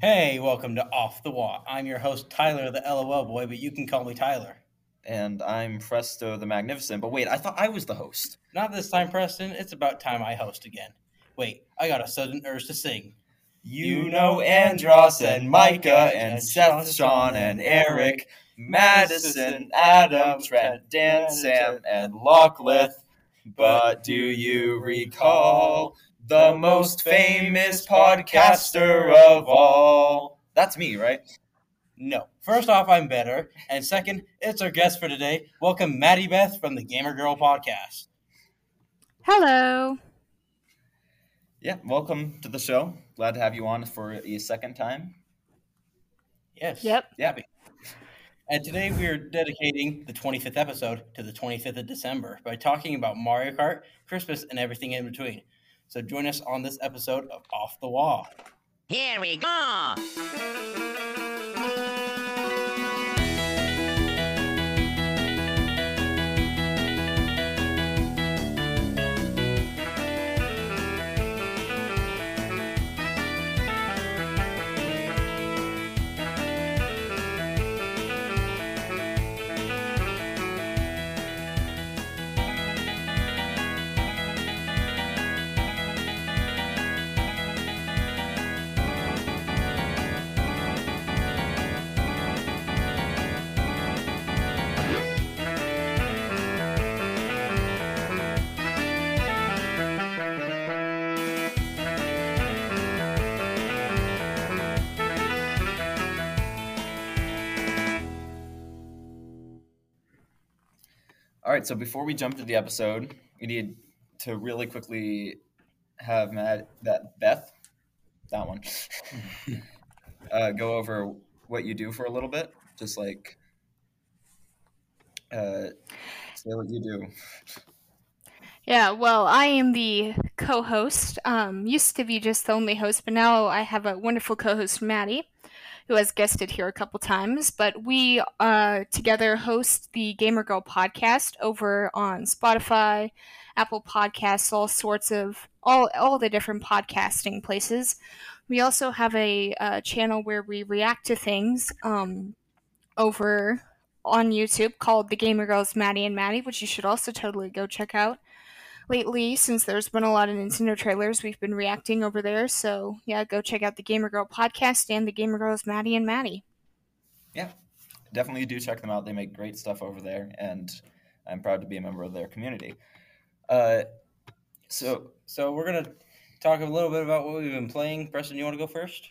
Hey, welcome to Off the Wall. I'm your host, Tyler the LOL Boy, but you can call me Tyler. and I'm Presto the Magnificent. But wait, I thought I was the host. Not this time, Preston. It's about time I host again. Wait, I got a sudden urge to sing. You know Andros and Micah and Seth, Sean and Eric, Madison, Adam, Trent, Dan, Sam, and Lockleth. But do you recall the most famous podcaster of all? That's me, right? No. First off, I'm better. And second, it's our guest for today. Welcome, Maddie Beth from the Gamer Girl Podcast. Hello. Yeah, welcome to the show. Glad to have you on for a second time. Yes. Yep. Yeah, And today we are dedicating the 25th episode to the 25th of December by talking about Mario Kart, Christmas, and everything in between. So join us on this episode of Off the Wall. Here we go! All right, so before we jump to the episode, we need to really quickly have Matt, that Beth, that one, uh, go over what you do for a little bit. Just like uh, say what you do. Yeah, well, I am the co host. Um, used to be just the only host, but now I have a wonderful co host, Maddie, who has guested here a couple times. But we uh, together host the Gamer Girl podcast over on Spotify, Apple Podcasts, all sorts of, all, all the different podcasting places. We also have a uh, channel where we react to things um, over on YouTube called The Gamer Girls Maddie and Maddie, which you should also totally go check out lately since there's been a lot of Nintendo trailers. We've been reacting over there, so yeah, go check out the Gamer Girl podcast and the Gamer Girls Maddie and Maddie. Definitely do check them out. They make great stuff over there, and I'm proud to be a member of their community. Uh, so So we're gonna talk a little bit about what we've been playing. Preston, you want to go first?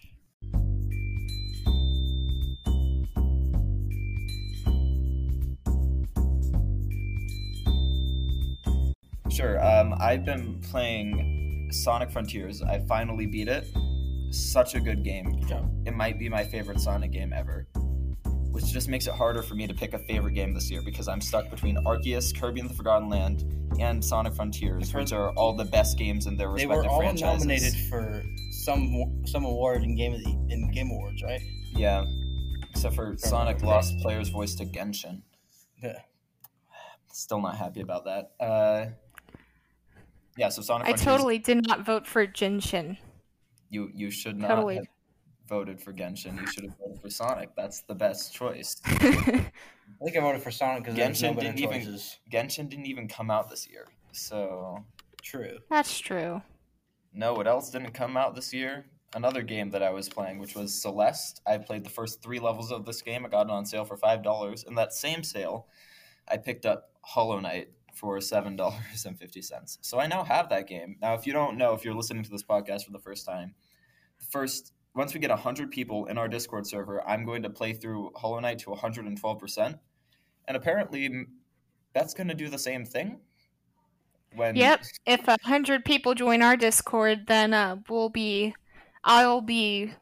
Sure. Um, I've been playing Sonic Frontiers. I finally beat it. Such a good game. Good job. It might be my favorite Sonic game ever, which just makes it harder for me to pick a favorite game this year because I'm stuck between Arceus, Kirby and the Forgotten Land, and Sonic Frontiers, heard- which are all the best games in their They respective were all franchises. nominated for some some award in game of the, in Game Awards, right? Yeah, except for Sonic lost player's voice to Genshin. Yeah. Still not happy about that. Uh, yeah, so Sonic I Frontiers, totally did not vote for Genshin. you you should not Totally. have voted for Genshin. You should have voted for Sonic. That's the best choice. I think I voted for Sonic because there's no Genshin better didn't even- choices. Genshin didn't even come out this year. So True. That's true. no, what else didn't come out this year? Another game that I was playing, which was Celeste. I played the first three levels of this game. I got it on sale for five dollars, and that same sale, I picked up Hollow Knight for seven dollars and fifty cents. So I now have that game. Now, if you don't know, if you're listening to this podcast for the first time, the first once we get hundred people in our Discord server, I'm going to play through Hollow Knight to 112 percent, and apparently, m- that's going to do the same thing. When Yep. If a hundred people join our Discord, then uh, we'll be, I'll be,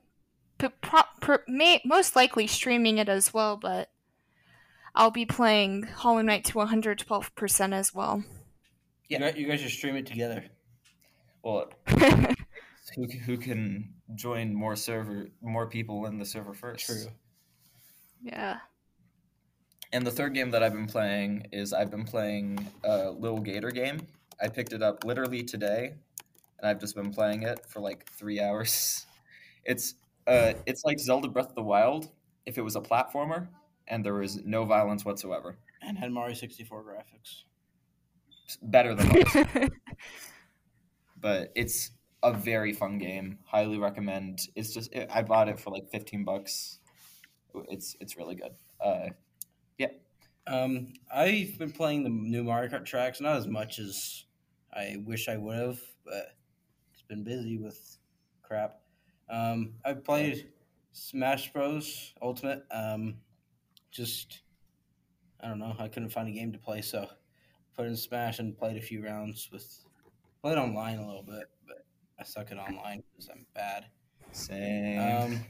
p- pro- pr- may- most likely streaming it as well, but. I'll be playing Hollow Knight to 112% as well. You, guys, you guys should stream it together. Well, who, c- who can join more server, more people in the server first? True. yeah. And the third game that I've been playing is I've been playing a little Gator game. I picked it up literally today, and I've just been playing it for like three hours. It's Uh, it's like Zelda Breath of the Wild if it was a platformer and there was no violence whatsoever. and had Mario 64 graphics. It's better than most. but it's a very fun game. Highly recommend. It's just it, I bought it for like fifteen bucks. It's it's really good. Uh, Um, I've been playing the new Mario Kart tracks, not as much as I wish I would have, but it's been busy with crap. Um, I've played Smash Bros. Ultimate. Um, just I don't know. I couldn't find a game to play, so put in Smash and played a few rounds with played online a little bit, but I suck at online because I'm bad. same. Um,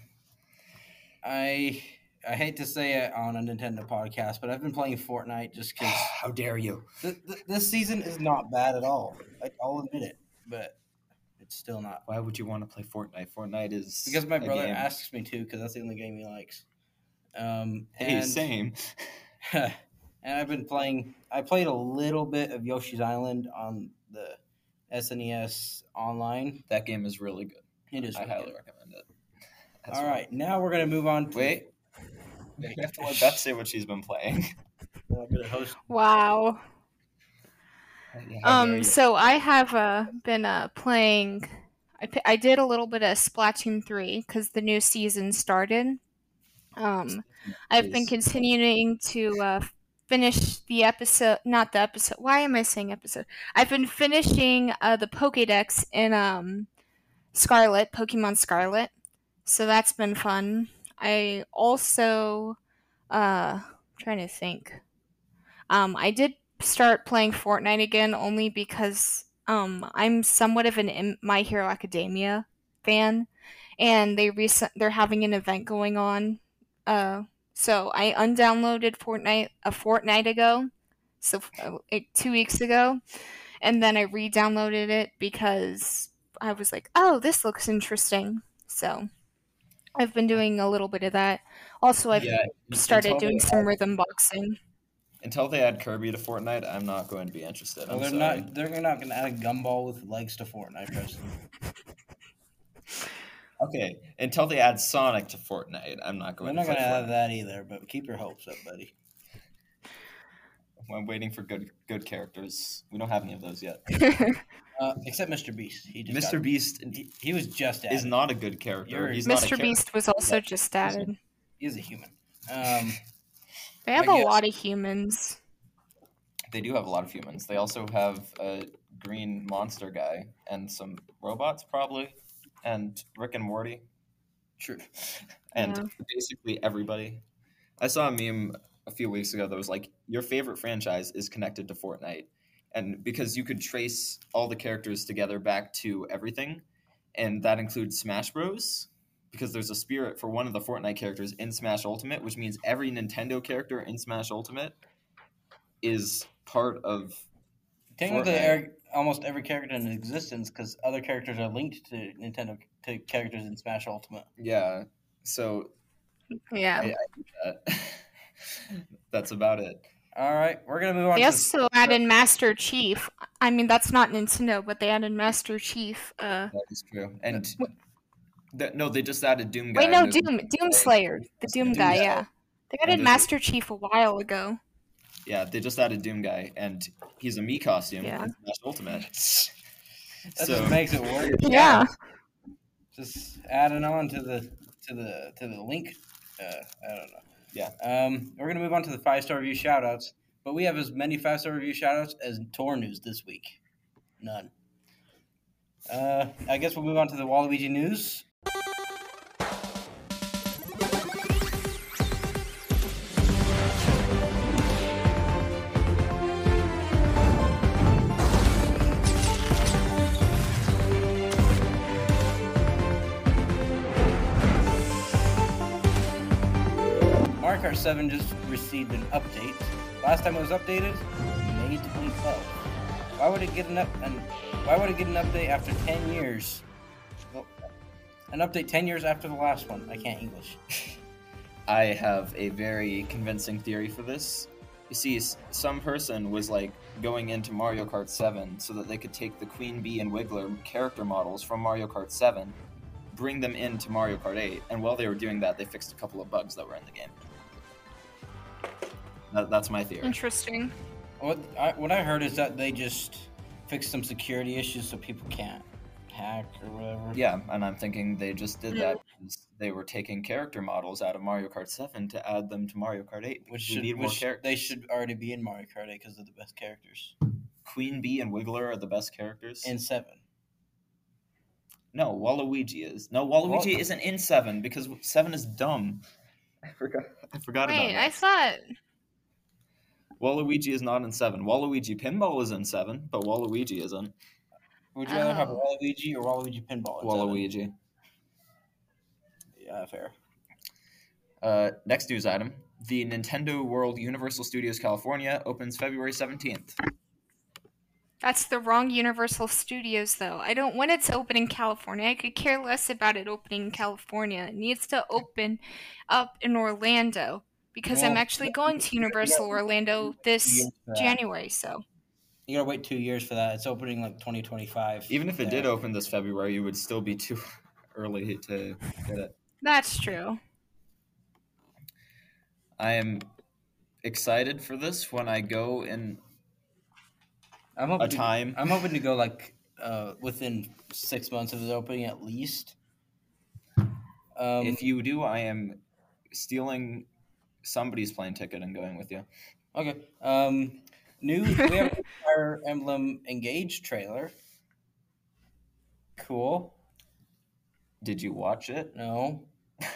I I hate to say it on a Nintendo podcast, but I've been playing Fortnite just because How dare you? th- th- this season is not bad at all. Like, I'll admit it, but it's still not Why would you want to play Fortnite? Fortnite is because my a brother game- asks me to because that's the only game he likes. Um, Hey, and- same. and I've been playing. I played a little bit of Yoshi's Island on the SNES online. That game is really good. It is I really highly good. recommend it. All right, now we're gonna move on. To, Wait. We have to let Beth say what she's been playing. I'm gonna host wow. How dare Um, you. so I have uh, been uh, playing. I, p- I did a little bit of Splatoon 3 because the new season started. Um, I've been Jeez. continuing to uh, finish the episode. Not the episode. Why am I saying episode? I've been finishing uh, the Pokedex in um, Scarlet, Pokemon Scarlet. So that's been fun. I also. Uh, trying to think. Um, I did start playing Fortnite again only because um, I'm somewhat of an M- My Hero Academia fan, and they recent they're having an event going on. Uh, so I undownloaded Fortnite a fortnight ago, so uh, like, two weeks ago, and then I re-downloaded it because I was like, oh, this looks interesting. So I've been doing a little bit of that. Also, I've Yeah, started until doing they some rhythm boxing. add- until they add Kirby to Fortnite, I'm not going to be interested. Well, I'm they're sorry. not. They're not going to add a gumball with legs to Fortnite. Preston. Okay, until they add Sonic to Fortnite, I'm not They're going. not to going to play add Fortnite. that either. But keep your hopes up, buddy. I'm waiting for good good characters. We don't have any of those yet. Uh, except Mr. Beast. He just Mr. Got, Beast he, he was just added. is not a good character. You're- He's not a Mr. character. Beast was also just added. He's a human. Um, They have I a guess. lot of humans. They do have a lot of humans. They also have a green monster guy and some robots probably, and Rick and Morty. true. and Yeah. basically everybody. I saw a meme a few weeks ago that was like, "Your favorite franchise is connected to Fortnite," and because you could trace all the characters together back to everything, and that includes Smash Bros. Because there's a spirit for one of the Fortnite characters in Smash Ultimate, which means every Nintendo character in Smash Ultimate is part of. Technically, Fortnite. Eric, almost every character in existence because other characters are linked to Nintendo to characters in Smash Ultimate. Yeah, so Yeah. I- uh, that's about it. All right, we're going to move on. They to the- also added Master Chief. I mean, that's not Nintendo, but they added Master Chief. Uh, That is true. And th- no, they just added Doom Guy. wait, no, and there's- Doom, Doom Slayer, the Doom Doom guy. guy. Yeah, they And added there's- Master Chief a while ago. Yeah, they just added Doom Guy, and he's a me costume Yeah. in Smash Ultimate. that so just makes it work. Yeah. just adding on to the to the to the link. Uh, I don't know. Yeah. Um, we're gonna move on to the five star review shout outs, but we have as many five star review shout outs as tour news this week. None. Uh, I guess we'll move on to the Waluigi news. Mario Kart 7 just received an update. Last time it was updated, May 2012. Why would it get an up and why would it get an update after 10 years? Well, an update 10 years after the last one. I can't English. I have a very convincing theory for this. You see, s- some person was like going into Mario Kart 7 so that they could take the Queen Bee and Wiggler character models from Mario Kart 7, bring them into Mario Kart 8. And while they were doing that, they fixed a couple of bugs that were in the game. That, that's my theory. Interesting. What I, what I heard is that they just fixed some security issues so people can't hack or whatever. Yeah, and I'm thinking they just did Yeah. that because they were taking character models out of Mario Kart 7 to add them to Mario Kart 8. Which We should, need more which characters. they should already be in Mario Kart 8 because they're the best characters. Queen Bee and Wiggler are the best characters. In 7. No, Waluigi is. No, Waluigi Wal- isn't in seven because seven is dumb. I forgot. I forgot about Wait, that. I thought. Waluigi is not in seven. Waluigi Pinball is in seven, but Waluigi isn't. Would you rather have Oh. Waluigi or Waluigi Pinball? in seven? Waluigi. Yeah, fair. Uh, next news item: The Nintendo World Universal Studios California opens February seventeenth. That's the wrong Universal Studios, though. I don't want it to open in California. I could care less about it opening in California. It needs to open up in Orlando because I'm Well, actually going to Universal Orlando Two this years for that. January, so. You gotta wait two years for that. It's opening like 2025. Even if it did there. open this February, you would still be too early to get it. That's true. I am excited for this when I go in I'm a hoping to- time. I'm hoping to go like uh, within six months of it opening at least. Um, if you do, I am stealing somebody's plane ticket and going with you. okay. Um, new we have a Fire Emblem Engage trailer. Cool. Did you watch it? No. I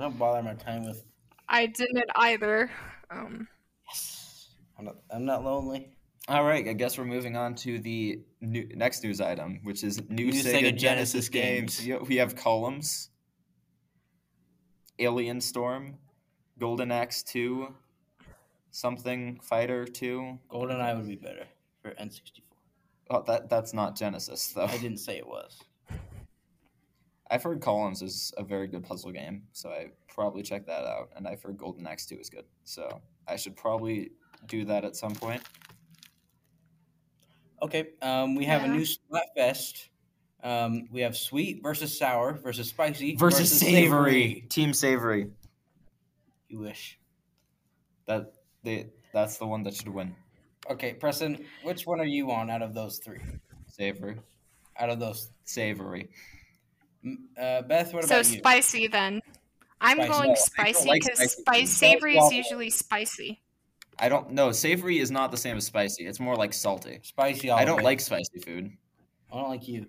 don't bother my time with. I didn't either. Um, Yes. I'm not. I'm not lonely. All right, I guess we're moving on to the new, next news item, which is new, New Sega, Genesis, games. Yo- We have Columns, Alien Storm, Golden Axe 2, something Fighter 2. Golden Eye would be better for N64. Oh, that that's not Genesis though. I didn't say it was. I've heard Columns is a very good puzzle game, so I probably check that out. And I've heard Golden Axe 2 is good, so I should probably do that at some point. Okay, um, we have a Yeah. new Splatfest. Um, we have sweet versus sour versus spicy Team Savory. You wish. That they that's the one that should win. Okay, Preston, which one are you on out of those three? Savory. Out of those, Savory. M- uh, Beth, what so about you? spicy then. I'm Spicy. going No, I don't spicy like because spicy spice foods. savory Don't is follow. usually spicy. I don't know. Savory is not the same as spicy. It's more like salty. Spicy. All I the don't way. like spicy food. I don't like you.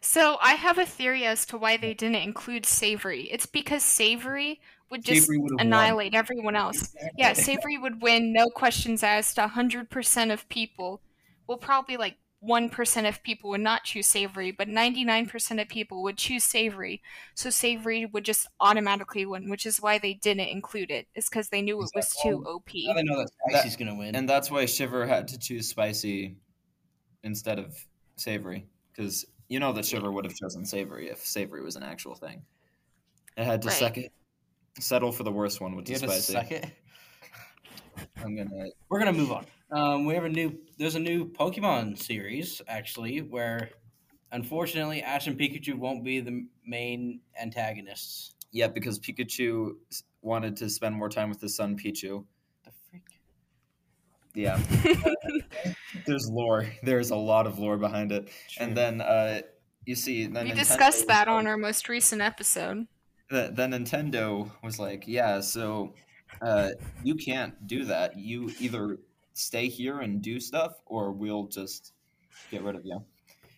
So I have a theory as to why they didn't include savory. It's because savory would just Savory would have won. annihilate everyone else. Yeah, savory would win, no questions asked. hundred percent of people, well, probably like one percent of people would not choose savory, but ninety-nine percent of people would choose savory. So savory would just automatically win, which is why they didn't include it. Is because they knew it was too oh, OP. Now they know that spicy's gonna win. And that's why Shiver had to choose spicy instead of savory. Because you know that Shiver would have chosen savory if savory was an actual thing. It had to Right. suck it. Settle for the worst one, which you is have to spicy. suck it. I'm gonna We're gonna move on. Um, we have a new. There's a new Pokemon series actually, where unfortunately Ash and Pikachu won't be the main antagonists. Yeah, because Pikachu s- wanted to spend more time with his son Pichu. The freak. Yeah. There's lore. There's a lot of lore behind it. And then uh, you see, then we Nintendo discussed was that like- on our most recent episode. th- Then Nintendo was like, "Yeah, so uh, you can't do that. You either stay here and do stuff, or we'll just get rid of you."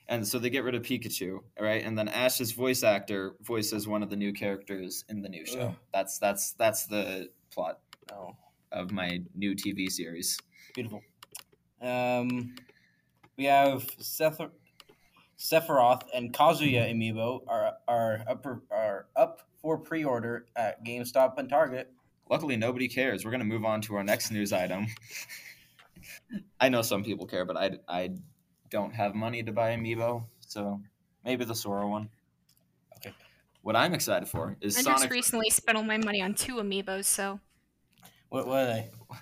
And so they get rid of Pikachu, right? And then Ash's voice actor voices one of the new characters in the new show. Ugh. That's that's that's the plot Oh, of my new TV series. beautiful. Um, we have Seth, Sephiroth and Kazuya amiibo are are up are up for pre-order at GameStop and Target. Luckily, nobody cares. We're going to move on to our next news item. I know some people care, but I, I don't have money to buy Amiibo, so maybe the Sora one. Okay. What I'm excited for is I just Sonic. recently spent all my money on two amiibos, so What what are they? I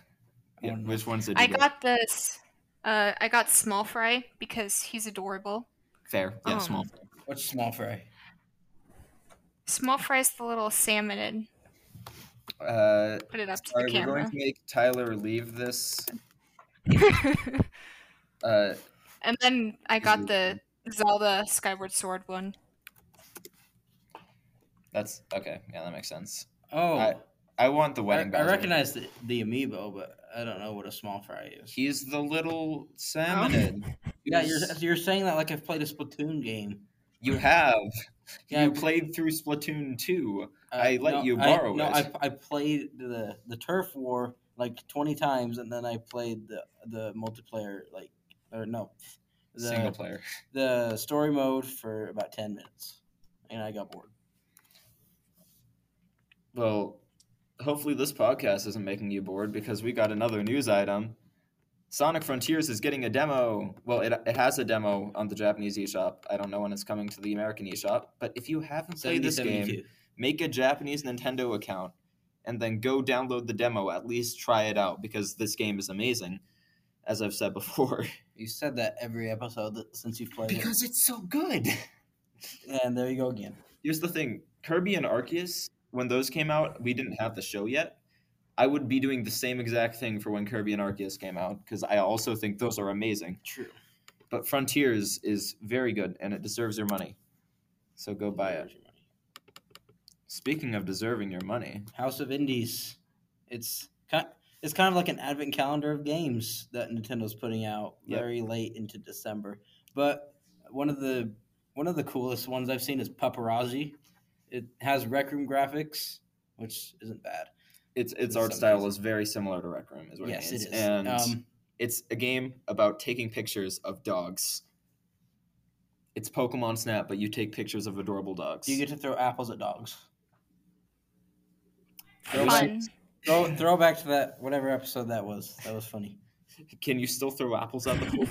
Yeah, don't know. which ones did you I get? got this. Uh, I got Small Fry because he's adorable. Fair. Yeah, Oh. small. What's small fry? Small fry's the little salmonid. Uh, Put it up to sorry, the we're going camera. to make Tyler leave this. Uh, and then I got the Zelda Skyward Sword one. that's okay. Yeah, that makes sense. Oh, I- I, I want the I, wedding. Bowser. recognize the, the amiibo, but I don't know what a small fry is. He's the Oh. little salmonid. Yeah, you're, Who's- you're saying that like I've played a Splatoon game. you have. Yeah, you I- played through Splatoon 2. Uh, I let you borrow I, no, it. I, I played the the turf war like twenty times, and then I played the the multiplayer like or no, the Single player. the story mode for about ten minutes, and I got bored. Well, hopefully this podcast isn't making you bored because we got another news item. Sonic Frontiers is getting a demo. Well, it, it has a demo on the Japanese eShop. I don't know when it's coming to the American eShop, but if you haven't played 70, this game, 72. make a Japanese Nintendo account and then go download the demo, at least try it out because this game is amazing, as I've said before. You said that every episode that, since you've played it, because it's so good. and there you go again. Here's the thing Kirby and Arceus, when those came out, we didn't have the show yet. I would be doing the same exact thing for when Kirby and Arceus came out because I also think those are amazing. True. But Frontiers is very good and it deserves your money. So go buy it. Speaking of deserving your money, House of Indies. It's kind. It's kind of like an advent calendar of games that Nintendo's putting out Yep. very late into December. But one of the one of the coolest ones I've seen is Paparazzi. It has Rec Room graphics, which isn't bad. its its It's art style amazing. is very similar to Rec Room, is what yes, it it is. is. And um, it's a game about taking pictures of dogs. It's Pokemon Snap, but you take pictures of adorable dogs. you get to throw apples at dogs. Throw back, Fun. throw, throw back to that whatever episode that was. That was funny. Can you still throw apples at the hole?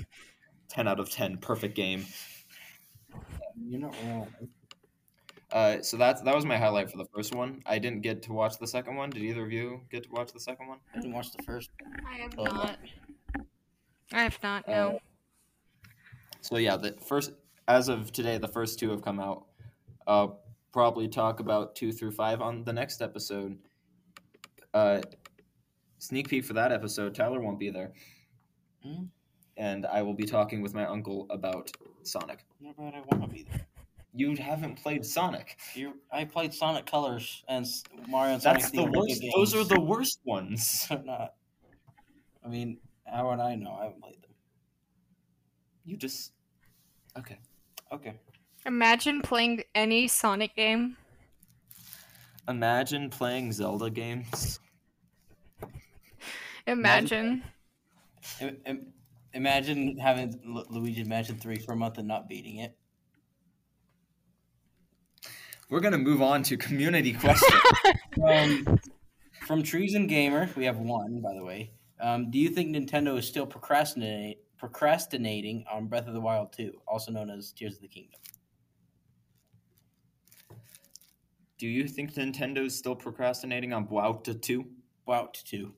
10 out of 10. Perfect game. You're not wrong. Uh, so that's that was my highlight for the first one. I didn't get to watch the second one. Did either of you get to watch the second one? I didn't watch the first. I have Oh, not. I have not, Uh, no. So yeah, the first as of today, the first two have come out. Uh, probably talk about two through five on the next episode. Uh, sneak peek for that episode. Tyler won't be there, Hmm. and I will be talking with my uncle about Sonic. Not bad. I want to be there. You haven't played Sonic. You, I played Sonic Colors and S- Mario and Sonic. That's the themed Olympic worst. Those are games. the worst ones. They're not. I mean, how would I know? I haven't played them. You just okay. Okay. Imagine playing any Sonic game. Imagine playing Zelda games. Imagine. Im- im- imagine having Lu- Luigi Mansion Three for a month and not beating it. We're gonna move on to community questions. Um, from Treason Gamer, we have one by the way. Um, do you think Nintendo is still procrastinating procrastinating on Breath of the Wild 2, also known as Tears of the Kingdom? Do you think Nintendo's still procrastinating on Bowta two? Bout 2.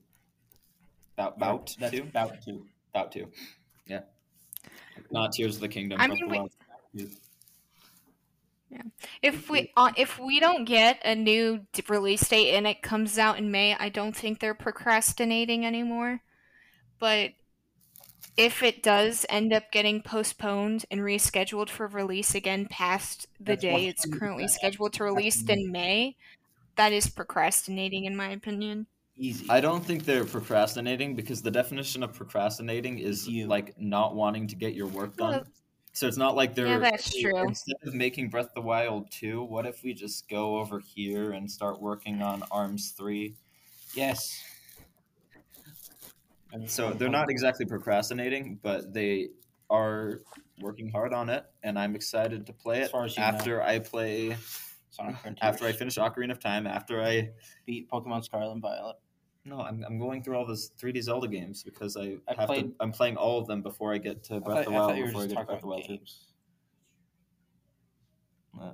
Bout Bout That's two? Bout 2. Bout two. Yeah. Not Tears of the Kingdom. I but mean, we- Bout- If we uh, if we don't get a new d- release date and it comes out in May, I don't think they're procrastinating anymore. But if it does end up getting postponed and rescheduled for release again past the That's day it's 100% currently scheduled to release in May, that is procrastinating in my opinion. Easy. I don't think they're procrastinating because the definition of procrastinating is You. like not wanting to get your work Well, done. So it's not like they're that's "Hey, true. instead of making Breath of the Wild two, what if we just go over here and start working on Arms three? Yes. So they're not exactly procrastinating, but they are working hard on it, and I'm excited to play As it far as you know. after I play Sonic Frontiers. after I finish Ocarina of Time, after I beat Pokemon Scarlet and Violet. no, I'm, I'm going through all those 3D Zelda games because I, I have played- to. I'm playing all of them before I get to Breath I of thought, I the Wild. thought you were Before I just get talking to Breath of the about Wild 2. games.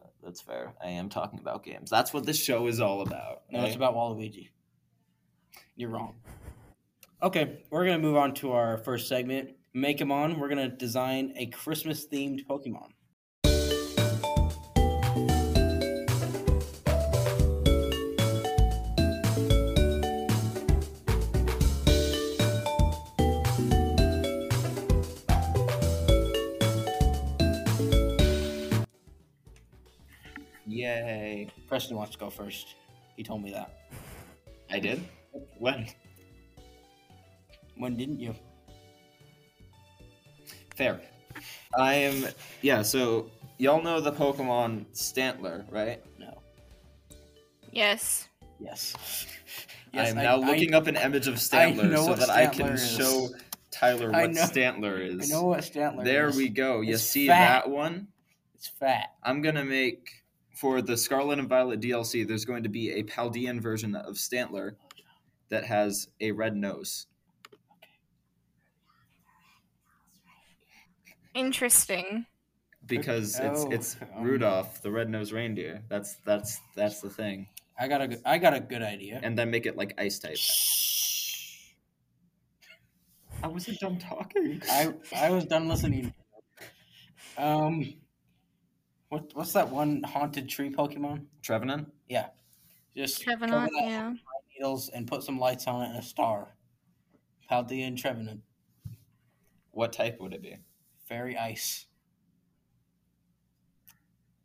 Uh, that's fair. I am talking about games. That's what this show is all about. No, it's right? about Waluigi. You're wrong. Okay, we're gonna move on to our first segment. Make 'em on. We're gonna design a Christmas themed Pokemon. Yay. Preston wants to go first. He told me that. I did? When? When didn't you? Fair. I am. Yeah, so y'all know the Pokemon Stantler, right? No. Yes. Yes. I am now looking up an image of Stantler know so what that I can Stantler is. show Tyler I what know- Stantler I is. know what Stantler there is. we go. You It's see fat. that one? It's fat. I'm gonna make for the Scarlet and Violet DLC. There's going to be a Paldean version of Stantler that has a red nose. Interesting. because it's Oh, it's um, Rudolph the red-nosed reindeer. That's that's that's the thing. I got a good, I got a good idea. And then make it like ice type. I wasn't done talking. I I was done listening. Um, what what's that one haunted tree Pokemon? Trevenant. Just Trevenant, cover that with yeah. needles and put some lights on it and a star. Paldean Trevenant, What type would it be? fairy ice.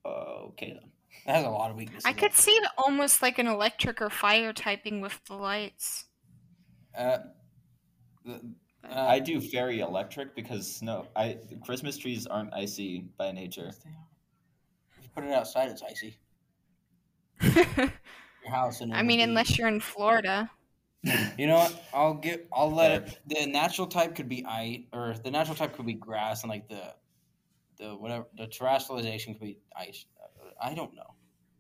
Okay then. That has a lot of weaknesses. I could see it almost like an electric or fire typing with the lights. Uh, the, uh, I do fairy electric because snow. I Christmas trees aren't icy by nature. if you put it outside, it's icy. I Your house and it mean, will be- unless you're in Florida. You know what? I'll get. I'll let Okay. it. The natural type could be ice, or the natural type could be grass, and like the, the whatever the terrestrialization could be ice. I don't know.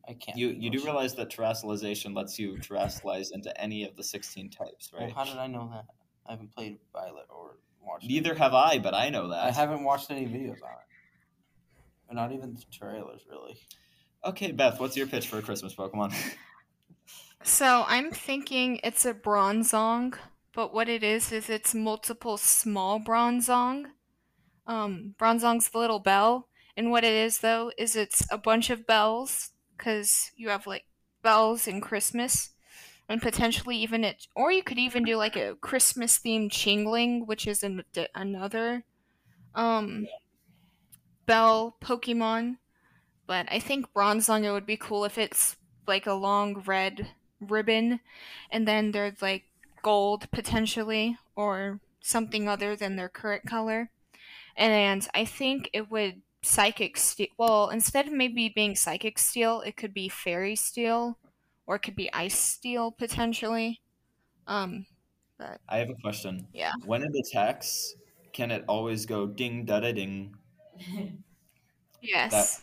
I can't. You think you of do shit. realize that terrestrialization lets you terrestrialize into any of the sixteen types, Well, right? how did I know that? I haven't played Violet or watched. Neither have I, but I know that. I haven't watched any videos on it. And Not even the trailers, really. Okay, Beth, what's your pitch for a Christmas Pokemon? So I'm thinking it's a Bronzong, but what it is is it's multiple small Bronzong. Um, Bronzong's the little bell, and what it is though is it's a bunch of bells because you have like bells in Christmas, and potentially even it, or you could even do like a Christmas themed Chingling, which is an, d- another um bell Pokemon. But I think Bronzong it would be cool if it's like a long red ribbon and then there's like gold potentially or something other than their current color and i think it would psychic steel well instead of maybe being psychic steel it could be fairy steel or it could be ice steel potentially um I have a question. Yeah. When it attacks, can it always go ding da da ding? yes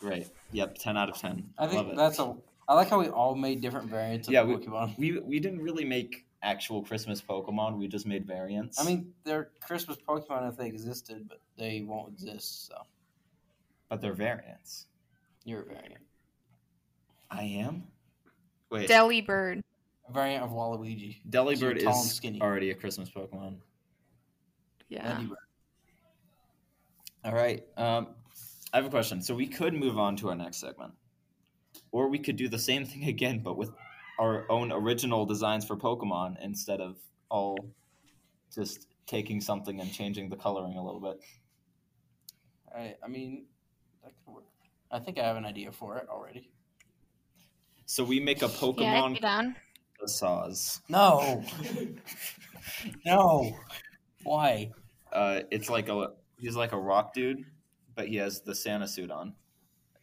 Great. Yep. Ten out of ten. I Love think it. that's a. I like how we all made different variants of Yeah, we- Pokemon. We we didn't really make actual Christmas Pokemon. We just made variants. I mean, they're Christmas Pokemon if they existed, but they won't exist. So but they're variants. you're a variant, I am. Wait. delibird a variant of Waluigi. so Delibird you're tall and is skinny. already a Christmas Pokemon. yeah Anyway. All right. Um, I have a question. So we could move on to our next segment, or we could do the same thing again, but with our own original designs for Pokemon instead of all just taking something and changing the coloring a little bit. I, I mean, that could work. I think I have an idea for it already. So we make a yeah I'd Pokemon be down saws. No, no. Why? Uh, it's like a he's like a rock dude, but he has the Santa suit on,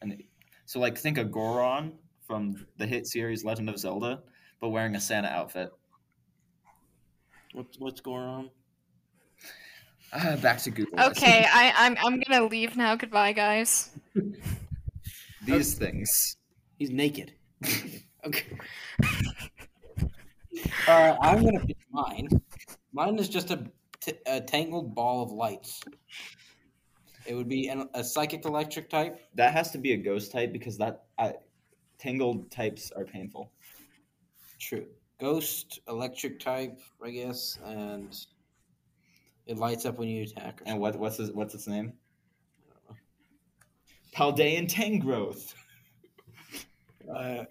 and so like think of Goron from the hit series Legend of Zelda, but wearing a Santa outfit. What's what's going on? Ah, back to Google. I see. okay I, I'm, I'm gonna leave now goodbye guys These things. He's naked. okay. Uh, I'm gonna pick mine. Mine is just a, t- a tangled ball of lights. It would be an, a psychic electric type. That has to be a ghost type because that I, tangled types are painful. True. Ghost electric type, I guess, and it lights up when you attack. Or And what what's his, what's its name? Paldean Tangrowth. Uh,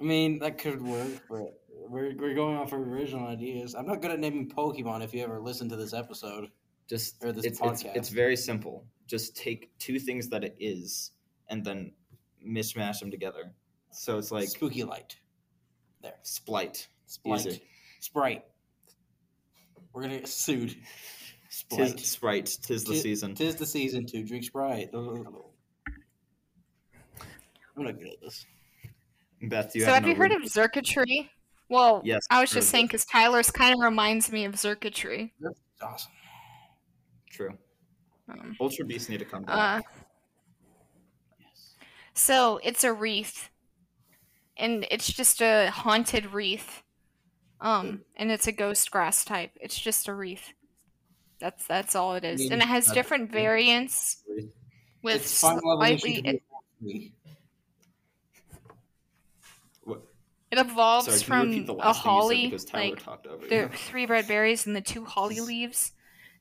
I mean, that could work, but we're, we're going off our original ideas. I'm not good at naming Pokemon if you ever listen to this episode. Just Or this it's, it's podcast. it's very simple. Just take two things that it is, and then mishmash them together. So it's like Spooky light. There. splite. Splite. Easy. Sprite. We're gonna get sued. Tis Sprite. Sprite, tis the Ti- season. Tis the season to drink Sprite. I'm not good at this. Beth, you so have no you heard word- of Zerkatry? Well, Yes, I was heard of just saying because Tyler's kind of reminds me of Zerkatry. It's awesome. True. Um, Ultra Beasts need to come uh, back. Yes. so it's a wreath, and it's just a haunted wreath, Hmm. um, and it's a ghost grass type. It's just a wreath. That's that's all it is, and it has Mm, different yeah. variants with It's final slightly. It, evolution. It, What- it evolves Sorry, can you from repeat the a last thing you said holly, because Tyler like talked over the you. three red berries and the two holly Just leaves,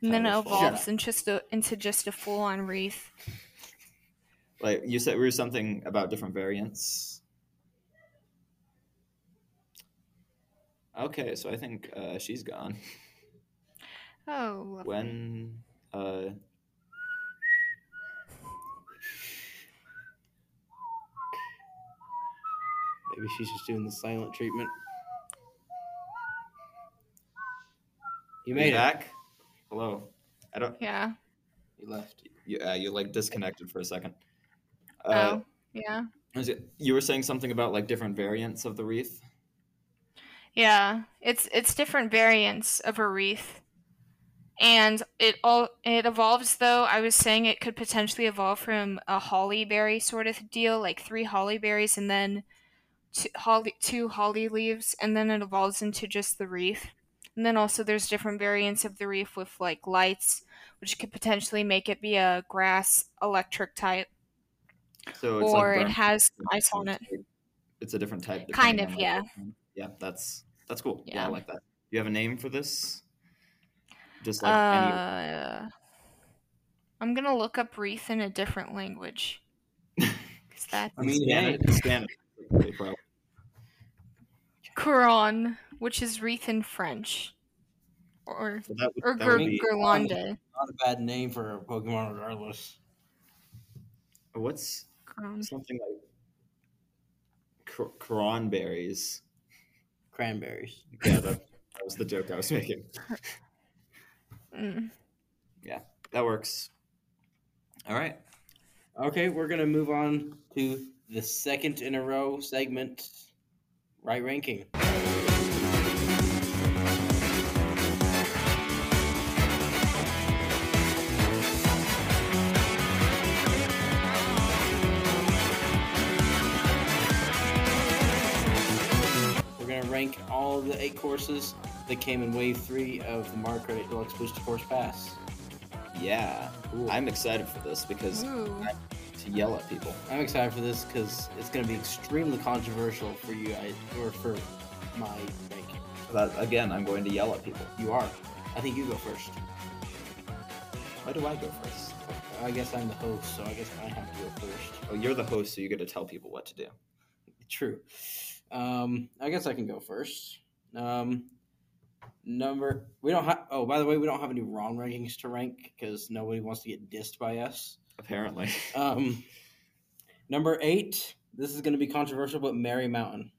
and then it Tyler's fault. evolves into just a, into just a full on wreath. Like you said, we were something about different variants. Okay, so I think uh, she's gone. Oh, lovely. When uh, Maybe she's just doing the silent treatment. You you made it. back? Hello. I don't. yeah. You left. You, uh, you like disconnected for a second. uh, oh, yeah, was it- you were saying something about like different variants of the wreath. yeah. It's it's different variants of a wreath, and it all it evolves. Though I was saying it could potentially evolve from a holly berry sort of deal, like three holly berries, and then two holly two holly leaves, and then it evolves into just the wreath. And then also there's different variants of the wreath with like lights, which could potentially make it be a grass electric type, So it's or like it burnt- has lights on it. It's a different type. Kind depending of, on, yeah. like, Yeah, that's that's cool. Yeah. I Yeah. like that. You have a name for this? Just like Uh, I'm gonna look up wreath in a different language. any. Is that I mean, Spanish. hey. Spanish. Okay, well, Couron, which is wreath in French, or so that would- or that would guir- be- guirlande? Not a bad name for a Pokemon, regardless. what's Couron. something like cr- cranberries? Cranberries. Yeah, that, that was the joke I was making. Mm. That works. All right. Okay, we're gonna move on to the second in a row segment, right ranking. We're gonna rank all the eight courses that came in Wave Three of the Mario Credit Deluxe Booster Course Pass. Yeah, Ooh. I'm excited for this because Ooh. to yell at people. I'm excited for this because it's going to be extremely controversial for you guys, or for my ranking. But again, I'm going to yell at people. You are. I think you go first. Why do I go first? I guess I'm the host, so I guess I have to go first. Oh, you're the host, so you get to tell people what to do. True. Um, I guess I can go first. Um, number we don't have. Oh, by the way, we don't have any wrong rankings to rank because nobody wants to get dissed by us. Apparently. Um, number eight. This is going to be controversial, but Mary Mountain.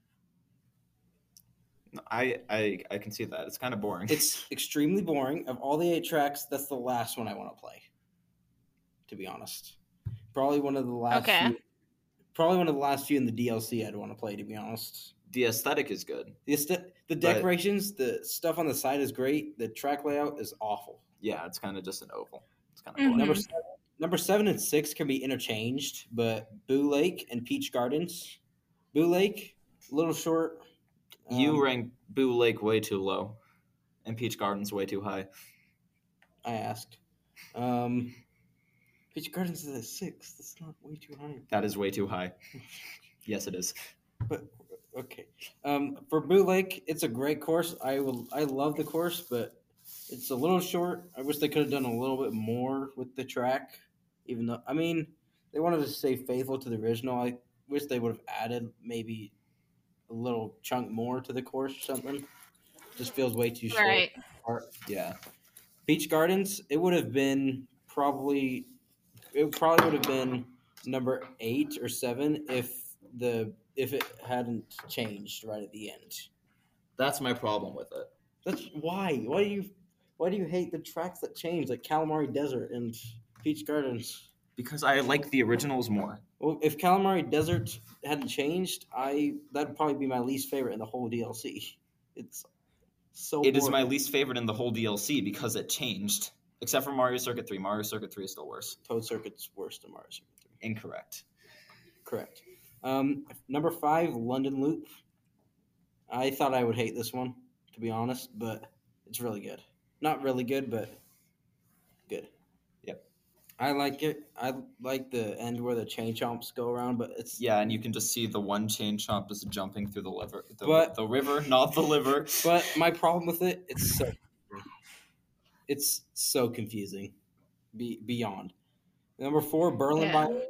No, I, I I can see that. It's kind of boring. It's extremely boring. Of all the eight tracks, that's the last one I want to play. To be honest, probably one of the last. Okay. Few, probably one of the last few in the DLC I'd want to play. To be honest, the aesthetic is good. the est- the decorations, the stuff on the side is great. The track layout is awful. Yeah, it's kind of just an oval. It's kind of Mhm. Number seven, number seven and six can be interchanged, but Boo Lake and Peach Gardens, Boo Lake, Little Short. boring. You um, rank Boo Lake way too low, and Peach Gardens way too high. I asked. Um, Peach Gardens is at six. That's not way too high. That is way too high. yes, it is. But okay, um, for Boot Lake, it's a great course. I will, I love the course, but it's a little short. I wish they could have done a little bit more with the track. Even though, I mean, they wanted to stay faithful to the original. I wish they would have added maybe a little chunk more to the course or something. Just feels way too short. Right. Yeah. Beach Gardens, it would have been probably it probably would have been number eight or seven if the if it hadn't changed right at the end. That's my problem with it. That's why. Why do you why do you hate the tracks that change like Calamari Desert and Peach Gardens? Because I like the originals more. Well, if Calamari Desert hadn't changed, I that'd probably be my least favorite in the whole DLC. It's so It is my boring. least favorite in the whole DLC because it changed. Except for Mario Circuit 3. Mario Circuit 3 is still worse. Toad Circuit's worse than Mario Circuit 3. Incorrect. Correct. Um, number five, London Loop. I thought I would hate this one, to be honest, but it's really good. Not really good, but good. Yep. I like it. I like the end where the chain chomps go around, but it's Yeah, and you can just see the one chain chomp is jumping through the liver. The, But- the river, not the liver. But my problem with it, it's so it's so confusing, be, beyond. Number four, Berlin Yeah. Violets.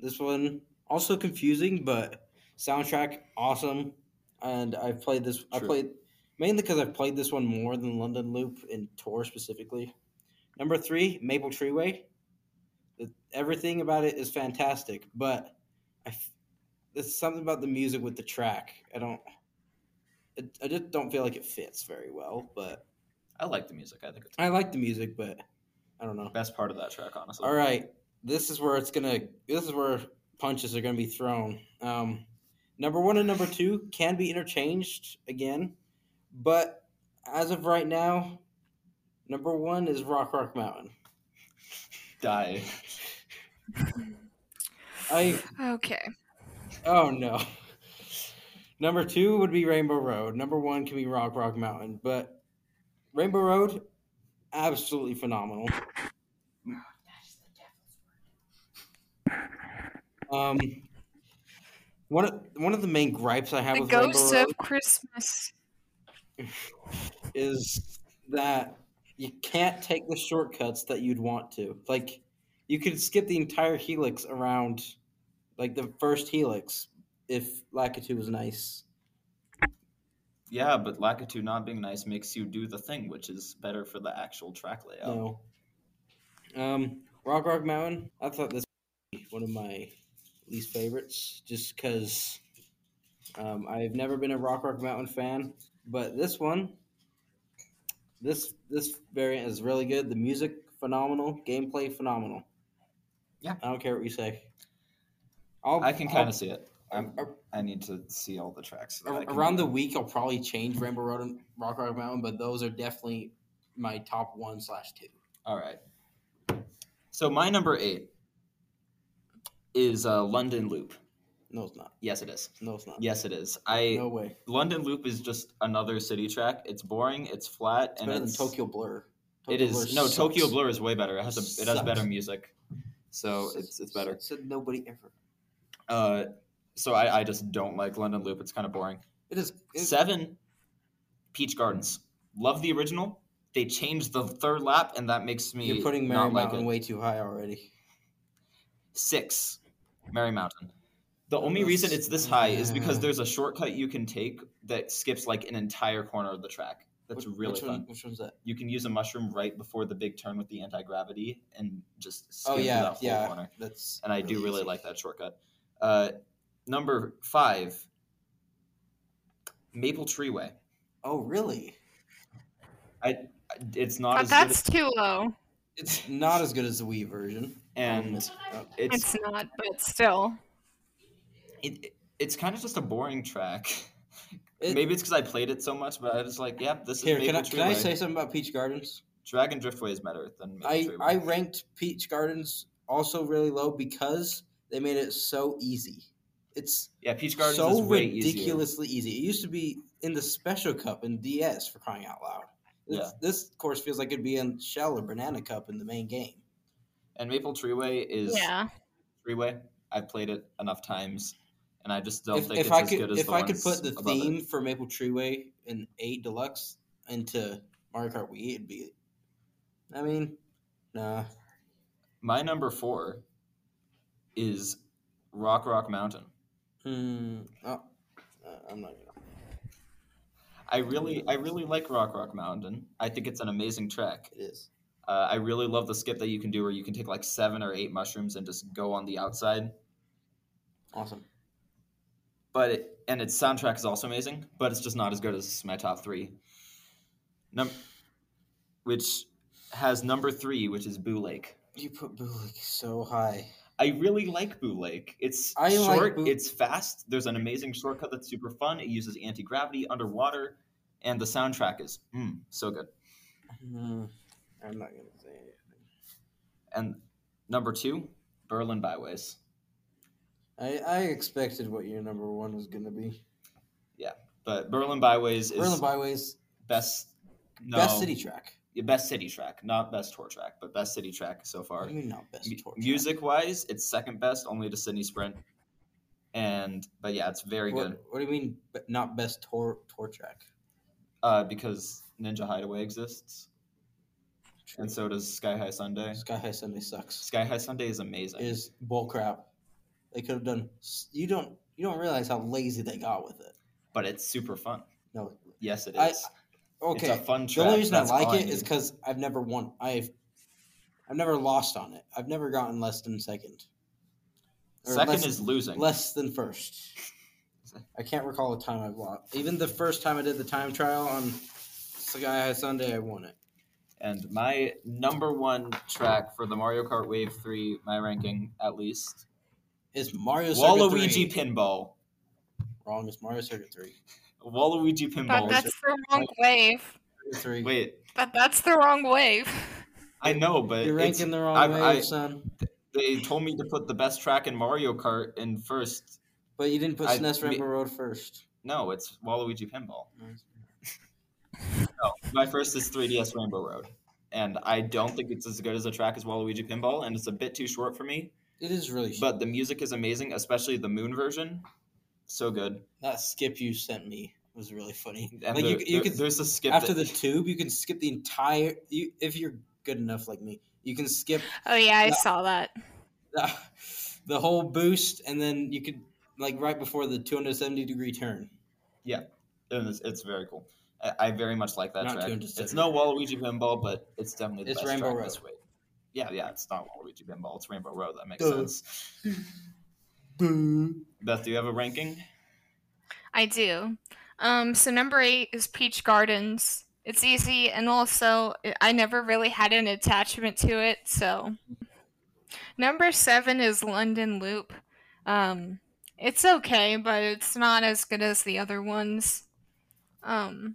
This one also confusing, but soundtrack awesome. And I've played this. I True. played mainly because I've played this one more than London Loop and Tour specifically. Number three, Maple Treeway. The, everything about it is fantastic, but I f- there's something about the music with the track. I don't. It, I just don't feel like it fits very well, but I like the music. I think it's I like the music, but I don't know. the best part of that track, honestly. All right, this is where it's gonna. This is where punches are gonna be thrown. Um, number one and number two can be interchanged again, but as of right now, number one is Rock Rock Mountain. Die. I Okay. oh no. Number two would be Rainbow Road. Number one can be Rock Rock Mountain, but Rainbow Road, absolutely phenomenal. Um, one of, one of the main gripes I have The with Rainbow Ghost Road of Christmas. is that you can't take the shortcuts that you'd want to. Like, you could skip the entire helix around, like the first helix, if Lakitu was nice. Yeah, but Lakitu not being nice makes you do the thing, which is better for the actual track layout. No. Um, Rock Rock Mountain. I thought this would be one of my least favorites, just because um, I've never been a Rock Rock Mountain fan. But this one, this this variant is really good. The music phenomenal, gameplay phenomenal. Yeah. I don't care what you say. I'll, I can I'll- kind of see it. I'm, ar- I need to see all the tracks. so that I Oh. ar- can- around the week, I'll probably change Rainbow Road and Rock Rock Mountain, but those are definitely my top one slash two. All right. So my number eight is uh, London Loop. No, it's not. Yes, it is. No, it's not. Yes, it is. I No way. London Loop is just another city track. It's boring. It's flat, It's and better than it's Tokyo Blur. It Tokyo is Blur no sucks. Tokyo Blur is way better. It has a, it has Sucks. better music, so it's it's better. Said nobody ever. Uh, so I, I just don't like London Loop. It's kind of boring. It is. It's, Seven, Peach Gardens. Love the original. They changed the third lap, and that makes me you're putting Mary not like Mountain it. way too high already. Six, Mary Mountain. The That only was- reason it's this high is because Yeah. there's a shortcut you can take that skips like an entire corner of the track. That's Which- really which fun. One, which one's that? You can use a mushroom right before the big turn with the anti gravity and just skip Oh through yeah, that whole yeah. corner. That's and I do really easy. like that shortcut. Uh, number five, Maple Treeway. Oh really? It's not Uh, as good, that's as, too low. It's not as good as the Wii version. and Oh, it's It's not, but still. it, it- it's kind of just a boring track. It- Maybe it's because I played it so much, but I was like, "Yep, this is Here, Maple can I, Treeway." can I say something about Peach Gardens? Dragon Driftway is better than Maple I Treeway. I ranked Peach Gardens also really low because they made it so easy. It's yeah, Peach Gardens so is way ridiculous. ridiculously easy. It used to be in the special cup in DS for crying out loud. This, Yeah. this of course feels like it'd be in Shell or Banana Cup in the main game. And Maple Treeway is Yeah. Treeway. I've played it enough times, and I just don't if think if it's I as could good as if the I could ones put the above it. theme for Maple Treeway in eight deluxe into Mario Kart Wii, it'd be. I mean, nah. My number four is Rock Rock Mountain. Hmm. Oh, uh, I'm not gonna. I really, I really like Rock Rock Mountain. I think it's an amazing track. It is. Uh, I really love the skip that you can do where you can take like seven or eight mushrooms and just go on the outside. Awesome. But it, and its soundtrack is also amazing, but it's just not as good as my top three. Num- which has number three, which is Boo Lake. You put Bulik so high. I really like Boo Lake. It's I like short, Boo- it's fast. There's an amazing shortcut that's super fun. It uses anti gravity underwater, and the soundtrack is mm, so good. Mm, I'm not gonna say anything. And number two, Berlin Byways. I, I expected what your number one was gonna be. But Berlin Byways is Berlin Byways, best no, best city track. yeah, best city track, not best tour track, but best city track so far. I mean, not best tour track. Music wise, it's second best only to Sydney Sprint. And but yeah, it's very What, good what do you mean, b- not best tour tour track? uh, because Ninja Hideaway exists, True. and so does Sky High Sunday. Sky High Sunday sucks. Sky High Sunday is amazing. Is bull crap. They could have done. s- You don't you don't realize how lazy they got with it. but it's super fun. No. Yes, it is. I- It's Okay. a fun the track. only reason I That's all like it need. is because I've never won. I've I've never lost on it. I've never gotten less than second. Or second less- is losing. less than first. I can't recall the time I've lost. Even the first time I did the time trial on Sky High Sunday, I won it. And my number one track for the Mario Kart Wave 3, my ranking at least, It's Mario Circuit 3. Waluigi Pinball. Wrong, it's Mario Circuit 3. Waluigi But Pinball. is- that's the wrong wave. Circuit 3. Wait, But that's the wrong wave. I know, but You're uh, it's- ranking the wrong I've- way, I- son. they told me to put the best track in Mario Kart in first. But you didn't put I- SNES me- Rainbow Road first. No, it's Waluigi Pinball. No, my first is 3DS Rainbow Road. And I don't think it's as good as a track as Waluigi Pinball, and it's a bit too short for me. It is really But the music is amazing, especially the moon version. So good. that skip you sent me was really funny. And like you, there- you there- can there's a skip after that- the tube, you can skip the entire. You, if you're good enough like me, you can skip Oh yeah, I No. saw that. the, the whole boost, and then you could like right before the 270 degree turn. and it's, it's very cool. I, I very much like that Not track. too interested. It's no Waluigi Pinball, but it's definitely the It's best Rainbow track Road. this week. Yeah, yeah, it's not Waluigi Pinball. It's Rainbow Road. That makes Duh. sense. Boo. Beth, do you have a ranking? I do. Um, so number eight is Peach Gardens. It's easy, and also I- I never really had an attachment to it. So number seven is London Loop. Um, it's okay, but it's not as good as the other ones. Um,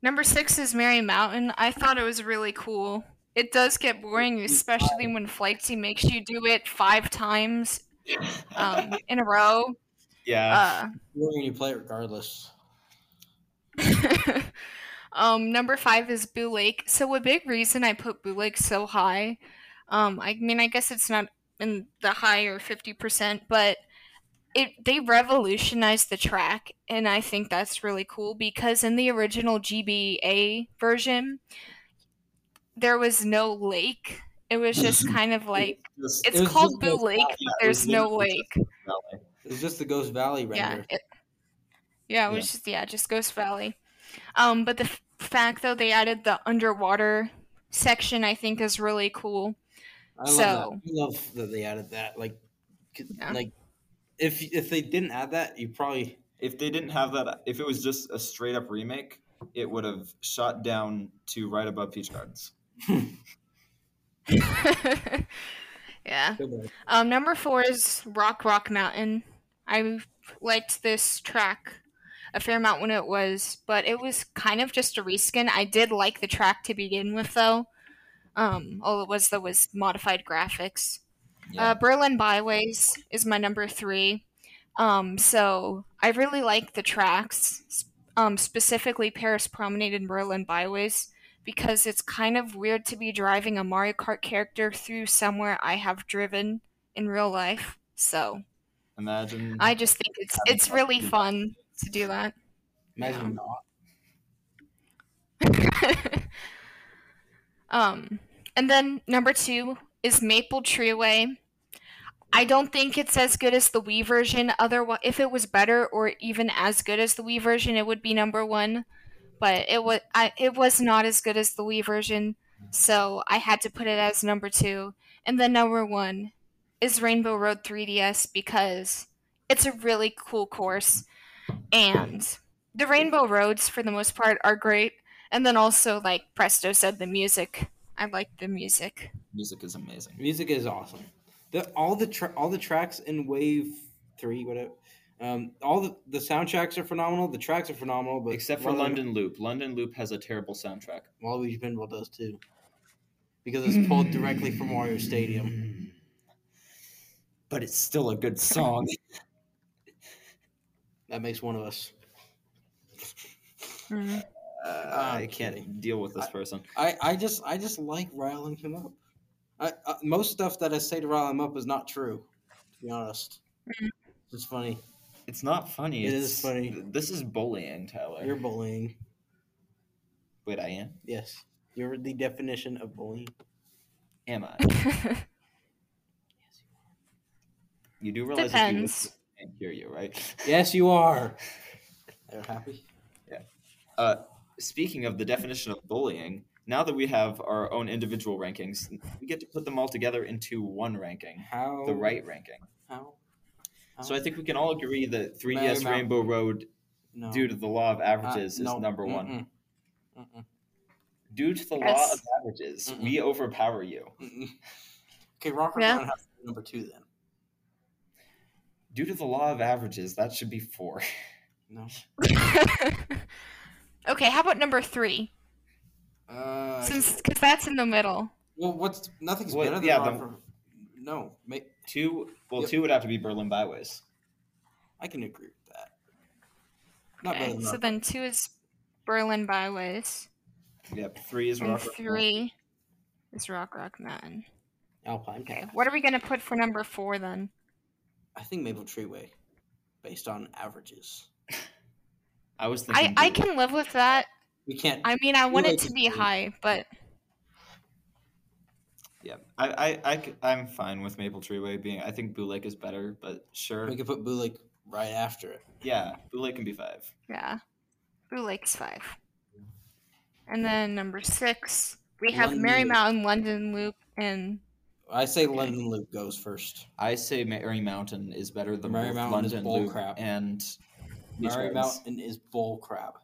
number six is Mary Mountain. I thought it was really cool. It does get boring, especially when Flight Team makes you do it five times um, in a row. yeah, Uh, You're going to play it regardless. um, number five is Boo Lake. So a big reason I put Boo Lake so high, um, I mean, I guess it's not in the higher fifty percent, but it they revolutionized the track, and I think that's really cool because in the original GBA version, there was no lake. It was just kind of like Just- it's was just called Boo like- Lake, yeah, but there's it's no literally lake. just Valley. It's just the Ghost Valley Yeah, render. it, yeah, it was just yeah, just Ghost Valley. Um, but the f- fact though they added the underwater section, I think is really cool. I love so- that. I love that they added that. Like, c- Yeah. like if if they didn't add that, you probably If they didn't have that, if it was just a straight up remake, it would have shot down to right above Peach Gardens. yeah. Um, number four is Rock Rock Mountain. I liked this track a fair amount when it was, but it was kind of just a reskin. I did like the track to begin with, though. Um, all it was though was modified graphics. Uh, Berlin Byways is my number three. Um, so I really like the tracks, s- um, specifically Paris Promenade and Berlin Byways, because it's kind of weird to be driving a Mario Kart character through somewhere I have driven in real life. So Imagine I just think it's it's really fun to do that. imagine not. um, and then number two is Maple Treeway. I don't think it's as good as the Wii version. Otherwise, if it was better or even as good as the Wii version, it would be number one. But it was I, it was not as good as the Wii version. So I had to put it as number two. And then number one is Rainbow Road 3DS because it's a really cool course. And the Rainbow Roads, for the most part, are great. And then also, like Presto said, the music. I like the music. Music is amazing. Music is awesome. The all the tra- all the tracks in Wave Three, whatever. Um, all the, the soundtracks are phenomenal. The tracks are phenomenal, but Except for Walu- London Loop. London Loop has a terrible soundtrack. Waluigi Pinball does too, because it's pulled directly from Mario Stadium. Mm. But it's still a good song. That makes one of us. Mm. Uh, I I'm kidding. can't deal with this person. I, I just I just like riling him up. I, I most stuff that I say to rile him up is not true, to be honest. Mm-hmm. It's funny. It's not funny. It it's, is funny. This is bullying, Tyler. You're bullying. Wait, I am. Yes, you're the definition of bullying. Am I? You do realize if you Depends. listen, I can't hear you, right? Yes, you are. They're happy. Uh, speaking of the definition of bullying, now that we have our own individual rankings, we get to put them all together into one ranking, How the right ranking. How? So I think we can all agree that 3DS Mary Mount. Rainbow Road, no. due to the law of Uh, averages, no. is number one. Mm-mm. Mm-mm. Due to the law Yes. of averages, Mm-mm. we overpower you. Mm-mm. Okay, Robert Yeah. Brown has to be number two then. Due to the law of averages, that should be four. No. okay, how about number three? Uh, Since because that's in the middle. well, what's nothing's Well, better than yeah, Robert. the- Brown. No, make, Two, well, Yep. two would have to be Berlin Byways. I can agree with that. Not better Okay, than so Robert. then two is Berlin Byways, Yep, three is and Rock. Rock Mountain. three is Rock Rock Mountain. Alpine. Okay, Pass. what are we gonna put for number four then? I think Maple Treeway, based on averages. I was thinking. I I Blue. can live with that. We can't. I mean, I want like it to to be see. high, but Yeah, I, I, I, am fine with Maple Treeway being. I think Boo Lake is better, but sure. we could put Bulik right after it. Yeah, Boo Lake can be five. yeah, Blue Lake's five, and then number six we have London Mary Loop. Mountain, London Loop, and I say London Loop goes first. I say Mary Mountain is better than Mary both Mountain is London bull Loop crap. and Peach Mary Gardens. Mountain is bull crap.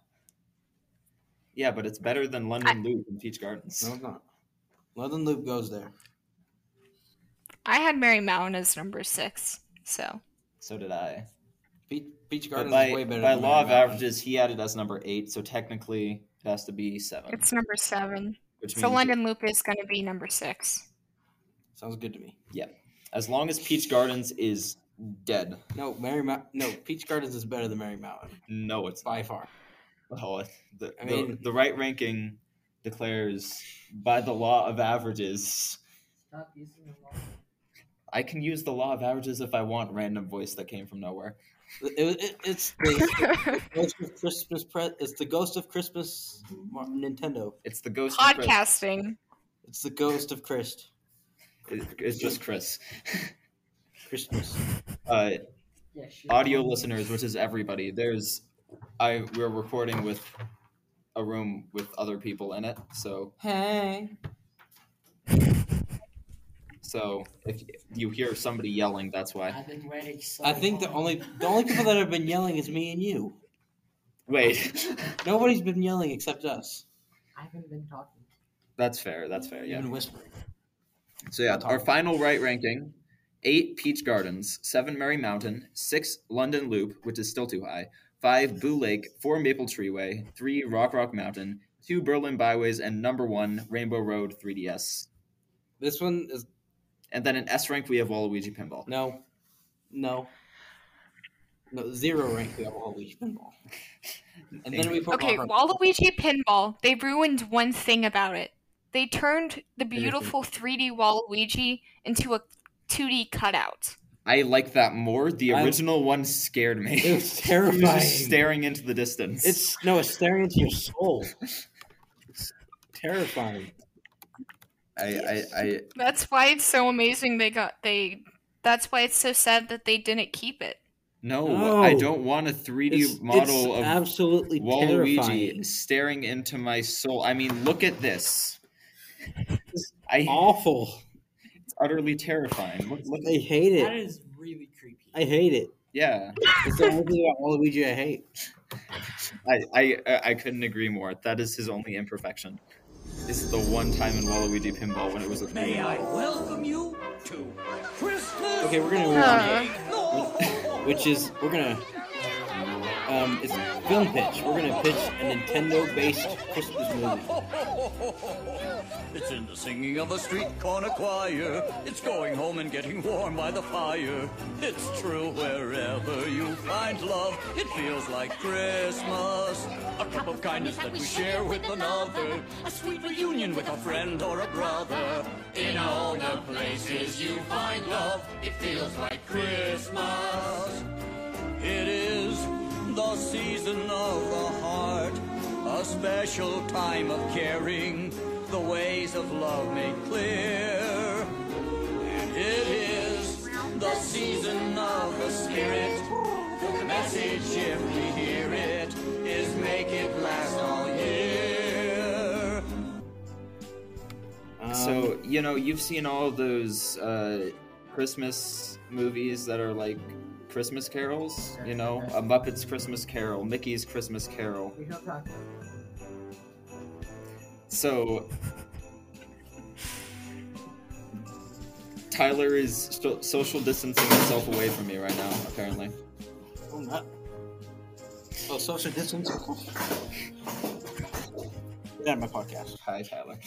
Yeah, but it's better than London Loop and Peach Gardens. No, it's not. London Loop goes there. I had Mary Mountain as number six. So So did I. Peach, Peach But Gardens by is way better. by than law Mary of Mountain. averages, he added us number eight, so technically it has to be seven. it's number seven. which So means London Loop is going to be number six. sounds good to me. as long as Peach Gardens is dead. No, Mary Mountain. No, Peach Gardens is better than Mary Mountain No, it's by far. Well, the, I the- mean- the right ranking declares by the law of averages. I can use the law of averages if I want random voice that came from nowhere. It, it- it's the ghost of Christmas. Pre- it's the ghost of Christmas. Mar- Nintendo. It's the ghost of Chris. Podcasting. It's the ghost of Christ. It- It's just Chris. Christmas. Uh, audio listeners, which is everybody. There's, I we're recording with a room with other people in it, so Hey. so if you hear somebody yelling, that's why. I've been ready so I think the long. only the only people that have been yelling is me and you. Wait, Nobody's been yelling except us. I haven't been talking. that's fair. That's fair. Yeah. Even whispering. So yeah, We'll talk our about final right ranking: eight Peach Gardens, seven Mary Mountain, six London Loop, which is still too high, five Boo Lake, four Maple Treeway, three Rock Rock Mountain, two Berlin Byways, and number one Rainbow Road 3DS. This one is And then in S rank we have Waluigi Pinball. no, no, no zero rank. We have a whole leash pinball, and then we put Okay, Robert- Waluigi Pinball. They ruined one thing about it. They turned the beautiful 3D Waluigi into a 2D cutout. I like that more. The I'm- original one scared me. It was He was just terrifying. staring into the distance. It's no, it's staring into your soul. It's terrifying. I, I, I That's why it's so amazing. They got they. That's why it's so sad that they didn't keep it. no, No. I don't want a 3D It's- it's model of absolutely Waluigi terrifying. staring into my soul. I mean, look at this. I Awful. it's utterly terrifying. Look, look, I hate That it. is really creepy. I hate it. yeah, It's the only thing about Waluigi I hate. I, I uh, I- I couldn't agree more. That is his only imperfection. Is the one time in Waluigi Pinball when it was a May I welcome you to Christmas? Okay, we're gonna move Uh. on. Which is we're gonna um it's film pitch. We're gonna pitch a Nintendo based Christmas movie. It's in the singing of a street corner choir. It's going home and getting warm by the fire. It's true wherever you find love, it feels like Christmas. A cup of kindness that we share with another. A sweet reunion with a friend or a brother. In all the places you find love, it feels like Christmas. It is the season of the heart, a special time of caring, the ways of love made clear. It is the season of the spirit, the message, if we hear it, is make it last all year. Um, So you know you've seen all of those uh, Christmas movies that are like Christmas carols. You know, a Muppet's Christmas Carol, Mickey's Christmas Carol. We don't talk about So Tyler is so- social distancing himself away from me right now. Apparently, I'm not- Oh, social distance. Get out of my podcast. hi Tyler.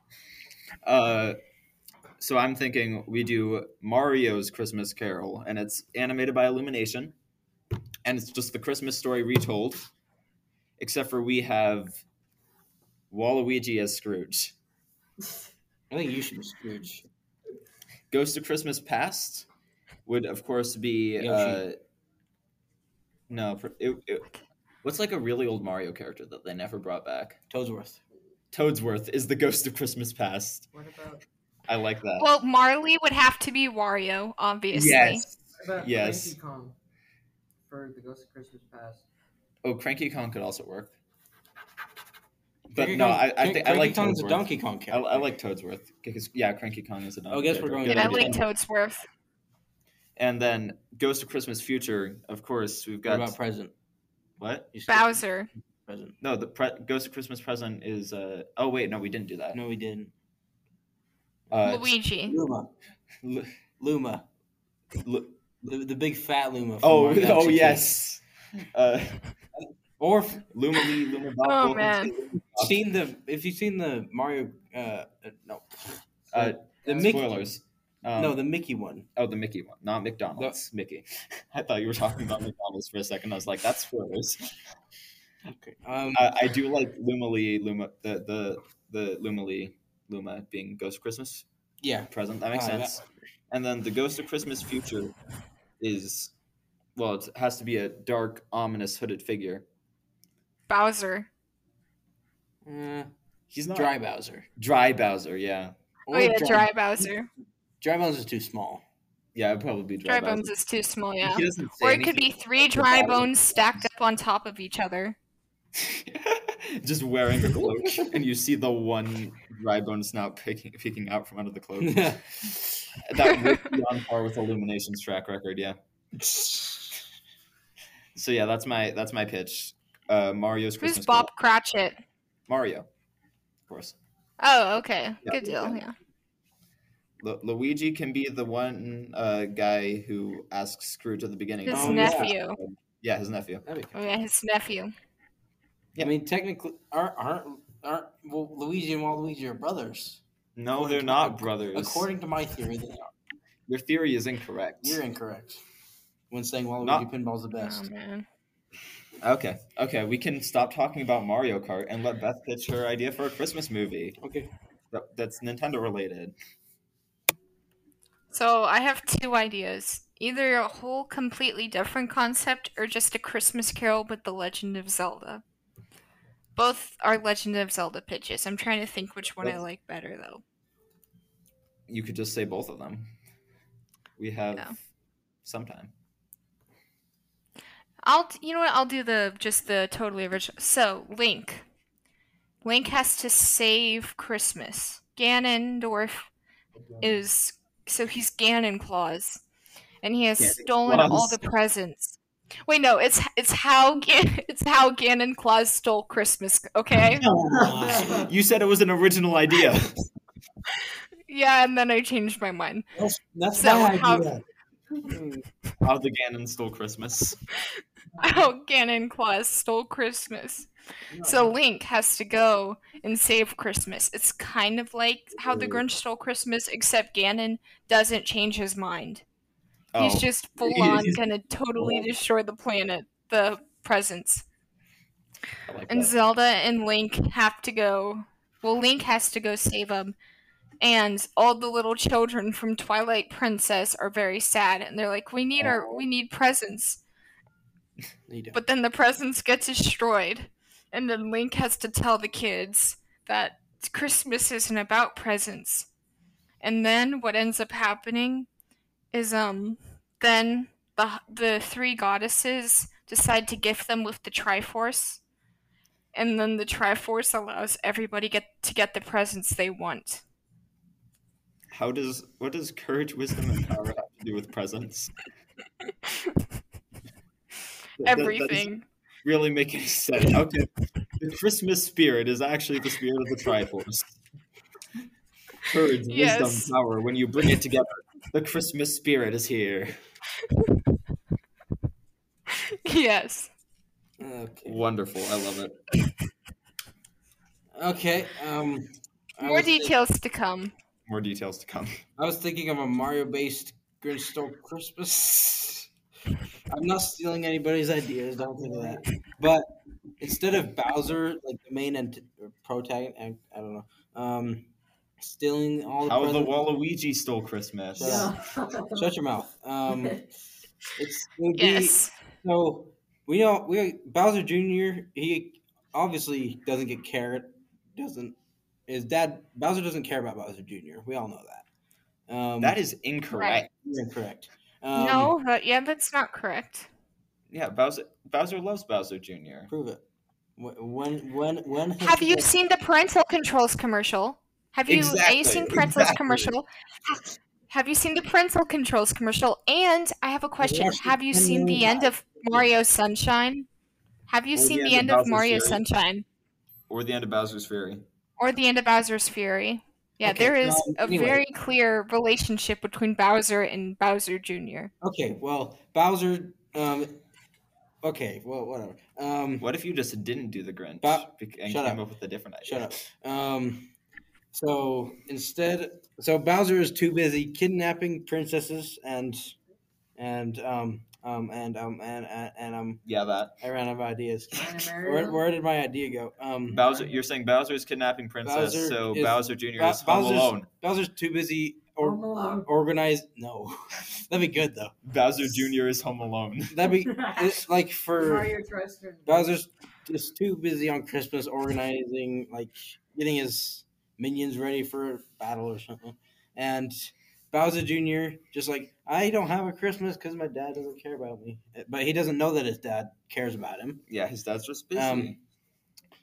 uh, so I'm thinking we do Mario's Christmas Carol, and it's animated by Illumination, and it's just the Christmas story retold, except for we have Waluigi as Scrooge. I think you should be Scrooge. Ghost of Christmas Past would, of course, be Yoshi. uh, no. pr- It, it, what's like a really old Mario character that they never brought back? Toadsworth. Toadsworth is the Ghost of Christmas Past. What about I like that. Well, Marley would have to be Wario, obviously. yes. what about Yes. Donkey Kong for the Ghost of Christmas Past? Oh, Cranky Kong could also work. But Donkey no, Kong- I, I Cranky think I like Kong's a Toadsworth. Donkey Kong I, character. Oh, I like Toadsworth because yeah, Cranky Kong is a donkey. I guess we're character. going Dude, I like Yeah. Toadsworth. And then Ghost of Christmas Future, of course, we've What got about present? what? You skipped Bowser. Present. No, the pre- Ghost of Christmas Present is. Uh... Oh wait, no, we didn't do that. No, we didn't. Uh, Luigi. Luma. Lu- Luma. Lu- The, the big fat Luma. from oh, Mario oh Odyssey. yes. Uh, Or if Luma Lee, Luma Bob. Oh, Wilkins, man. you've seen the if you've seen the Mario uh, uh no Uh, the Mickey Spoilers. Um, no the Mickey one oh, the Mickey one, not McDonald's. Mickey. I thought you were talking about McDonald's for a second. I was like, that's spoilers. okay um I, I do like Luma Lee, Luma the the the Luma Lee, Luma being Ghost of Christmas yeah present. That makes Oh, that- sense. And then the Ghost of Christmas Future is well, it has to be a dark, ominous, hooded figure. Bowser. uh, He's not Dry Bowser Dry Bowser, yeah. Oh yeah, Dry Bowser. Dry Bowser's too small Yeah, I'd probably be Dry, Dry Bowser. bones is too small, yeah. He doesn't say Or it could be three dry bones stacked up on top of each other. anything. just wearing a cloak, and you see the one dry bone snout picking, peeking out from under the cloak. that would be on par with Illumination's track record, yeah. So yeah, that's my that's my pitch. Uh, Mario's Who's Christmas. Bob Carol. Cratchit? Mario, of course. Oh, okay. Yeah. Oh, Good deal, yeah. Lu- Luigi can be the one uh, guy who asks Scrooge at the beginning. His Oh, yeah. nephew. Yeah, his nephew. That'd be Oh cool. yeah, his nephew. I mean technically aren't aren't aren't well, Luigi and Waluigi are brothers No, According they're to- not brothers. according to my theory they are Your theory is incorrect. you're incorrect when saying Waluigi Not- pinball's the Oh best man. Okay, okay, we can stop talking about Mario Kart and let Beth pitch her idea for a Christmas movie okay that- that's Nintendo related. So I have two ideas. Either a whole completely different concept or just a Christmas carol with the Legend of Zelda. Both are Legend of Zelda pitches. I'm trying to think which one I Let's- like better though. You could just say both of them. We have Yeah. some time. I'll you know what I'll do the just the totally original. So Link, Link has to save Christmas. Ganondorf is so he's Ganon Claus, and he has Ganon stolen Claus. all the presents. Wait, no, it's it's how Gan- it's how Ganon Claus stole Christmas. Okay, You said it was an original idea. yeah, and then I changed my mind. That's, that's So my how- idea. How the Ganon stole Christmas. How Ganon Claus stole Christmas. So Link has to go and save Christmas. It's kind of like how the Grinch stole Christmas, except Ganon doesn't change his mind. He's just full on He's- gonna totally destroy the planet, the presents. I like And that. Zelda and Link have to go. Well, Link has to go save them. And all the little children from Twilight Princess are very sad, and they're like, "We need our, we need presents." But then the presents get destroyed, and then Link has to tell the kids that Christmas isn't about presents. And then what ends up happening is, um, then the the three goddesses decide to gift them with the Triforce and then the Triforce allows everybody get to get the presents they want. How does what does courage, wisdom, and power have to do with presence? That- that- that doesn't Everything. really make any sense. Okay, the Christmas spirit is actually the spirit of the Triforce. Courage, Yes. wisdom, power. When you bring it together, the Christmas spirit is here. yes. Okay. Wonderful. I love it. Okay. Um, I More was think- details to come. More details to come. I was thinking of a Mario-based Grinch Stole Christmas. I'm not stealing anybody's ideas. Don't think of that. But instead of Bowser, like the main and protagonist, I, I don't know, um, stealing all the How the presents- Waluigi stole Christmas. Yeah. Shut your mouth. Um, it's it would be- Yes. So we know we Bowser Jr. He obviously doesn't get carrot. Doesn't his dad Bowser doesn't care about Bowser Jr. We all know that. Um, That is incorrect. you're incorrect. Um, no, that yeah, that's not correct. Yeah, Bowser Bowser loves Bowser Jr. prove it. Wh- When when when Have you seen the parental controls commercial? Have you, have you Exactly, seen parental exactly. commercial? Ha- Have you seen the parental controls commercial? And I have a question. watched it Have you 10 seen the million end of Mario Sunshine? Have you Or Oh, the seen end the of end of Bowser's Mario Fury? Sunshine Or the end of Bowser's Fury. or the end of Bowser's Fury? Yeah, Okay, there is um, a anyway. very clear relationship between Bowser and Bowser Jr. Okay, well Bowser. Um, okay, well whatever. Um, What if you just didn't do the Grinch Ba- bec- and shut came up. up with a different idea? Shut up. Um, so instead, so Bowser is too busy kidnapping princesses and and um um and um and and, and um Yeah, that I ran out of ideas. Anna Where, Mario. where did my idea go? Um, Bowser. You're saying Bowser is kidnapping princess, Bowser so is- Bowser Jr. Ba- is home Bowser's- alone. Bowser's too busy Home or Alone. organized. No, that'd be good though. Bowser Jr. is home alone. That'd be it's like for Mario tries to- Bowser's just too busy on Christmas organizing, like getting his minions ready for battle or something. And Bowser Jr. just like I don't have a Christmas because my dad doesn't care about me, but he doesn't know that his dad cares about him. Yeah, his dad's just busy. Um,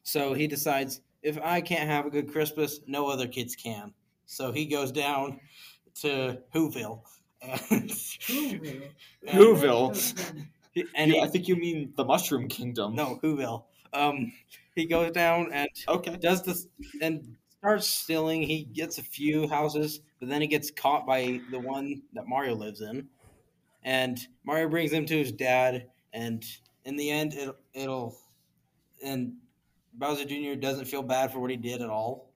So he decides if I can't have a good Christmas, no other kids can. So he goes down to Whoville. And, Whoville. Whoville. and yeah, I he, think you mean the Mushroom Kingdom. no Whoville. Um, he goes down and Okay. does this and starts stealing. He gets a few houses, but then he gets caught by the one that Mario lives in, and Mario brings him to his dad. And in the end, it, it'll and Bowser Jr. doesn't feel bad for what he did at all.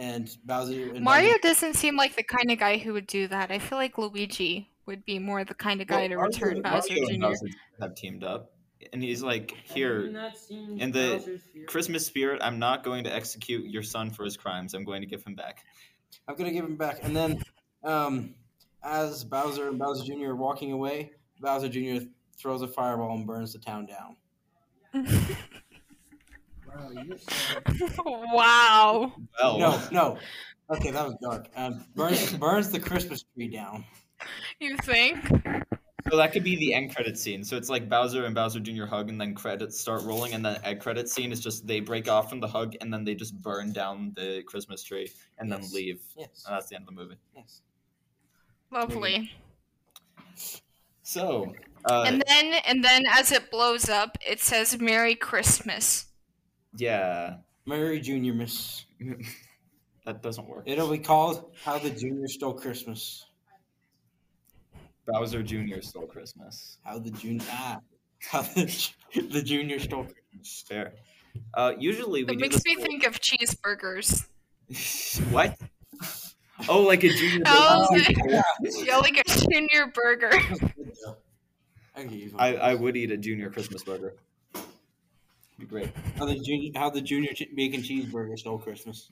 And Bowser and Mario doesn't seem like the kind of guy who would do that. I feel like Luigi would be more the kind of guy to Well, return Bowser Mario and Jr. Bowser have teamed up, and he's like, Have you "Here, not seen in the Bowser's Fury? Christmas spirit. I'm not going to execute your son for his crimes. I'm going to give him back." I'm gonna give him back. And then, um, as Bowser and Bowser Jr. are walking away, Bowser Jr. throws a fireball and burns the town down. Wow, you're so- wow. Well, No, no. Okay, that was dark. Um, burns, burns the Christmas tree down. You think? So that could be the end credit scene. So it's like Bowser and Bowser Jr. hug, and then credits start rolling, and the end credit scene is just they break off from the hug, and then they just burn down the Christmas tree, and then Yes. leave. Yes. And that's the end of the movie. yes. Lovely. Mm-hmm. So, uh, and then and then as it blows up, it says Merry Christmas. yeah, Merry Junior Miss. that doesn't work. It'll be called How the Junior Stole Christmas. Bowser Jr. stole Christmas. How the Junior ah, How the, Ju- the Junior Stole Christmas. Fair. Uh, usually we It do makes this me for- think of cheeseburgers. what? Oh, like a junior. Oh, Bowser. yeah, like a junior burger. I can use one. I, I would eat a junior Christmas burger. Be great. how the junior how the junior ch- bacon cheeseburger stole Christmas.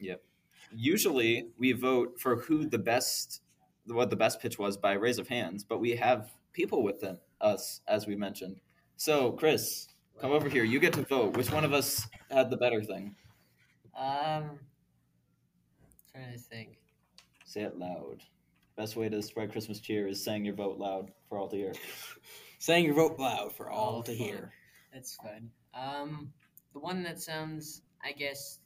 Usually we vote for who the best, what the best pitch was by raise of hands, but we have people within us, as we mentioned. So, Chris, come over here. You get to vote. Which one of us had the better thing? Um, trying to think. Say it loud. Best way to spread Christmas cheer is saying your vote loud for all to hear. saying your vote loud for all Oh, to fine. hear. That's fun. Um, the one that sounds, I guess,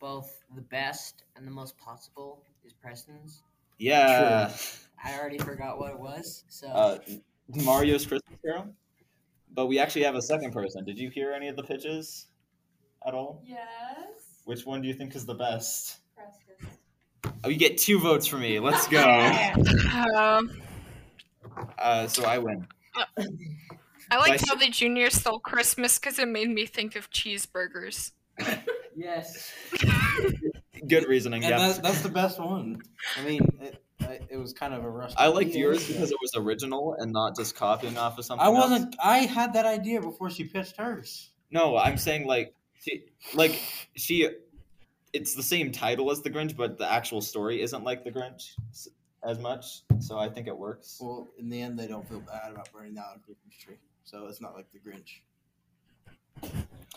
both the best and the most possible is Preston's. Yeah. I already forgot what it was, so uh, Mario's Christmas Carol. But we actually have a second person. Did you hear any of the pitches at all? Yes. Which one do you think is the best? Preston. Oh, you get two votes for me. Let's go. Um, uh, so I win. I liked Nice. how the junior stole Christmas because it made me think of cheeseburgers. yes, Good reasoning. And Yeah. that's, that's the best one. I mean, it, I, it was kind of a rush. I liked yours because it was original and not just copying off of something. I else. wasn't. I had that idea before she pitched hers. No, I'm saying like she, like she, it's the same title as the Grinch, but the actual story isn't like the Grinch s- as much. So I think it works. Well, in the end, they don't feel bad about burning down a Christmas tree, so it's not like the Grinch.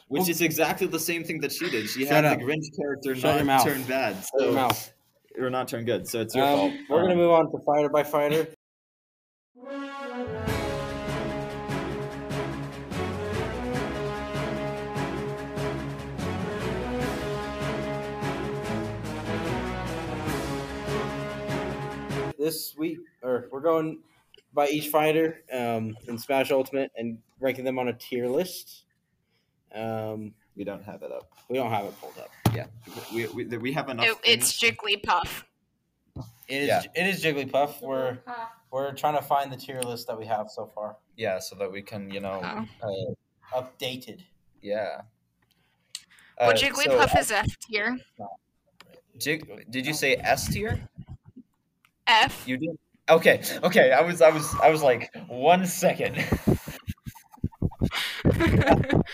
Which Well- is exactly the same thing that she did. She Shut had up. the Grinch character Shut your not mouth. turn bad. So, Or not turn good. So it's your fault. Um, we're gonna Um, move on to fighter by fighter. This week, or we're going by each fighter um, in Smash Ultimate and ranking them on a tier list. Um, we don't have it up. we don't have it pulled up. We, we, we have enough. It, it's Jigglypuff. It is. Yeah. It is Jigglypuff. We're we're trying to find the tier list that we have so far yeah, so that we can, you know, Oh. uh, updated. yeah. Well, Uh, so, Jigglypuff Oh. is F tier. Jig- did you say S tier? F. You did. Okay, okay. I was, I was, I was like one second. I think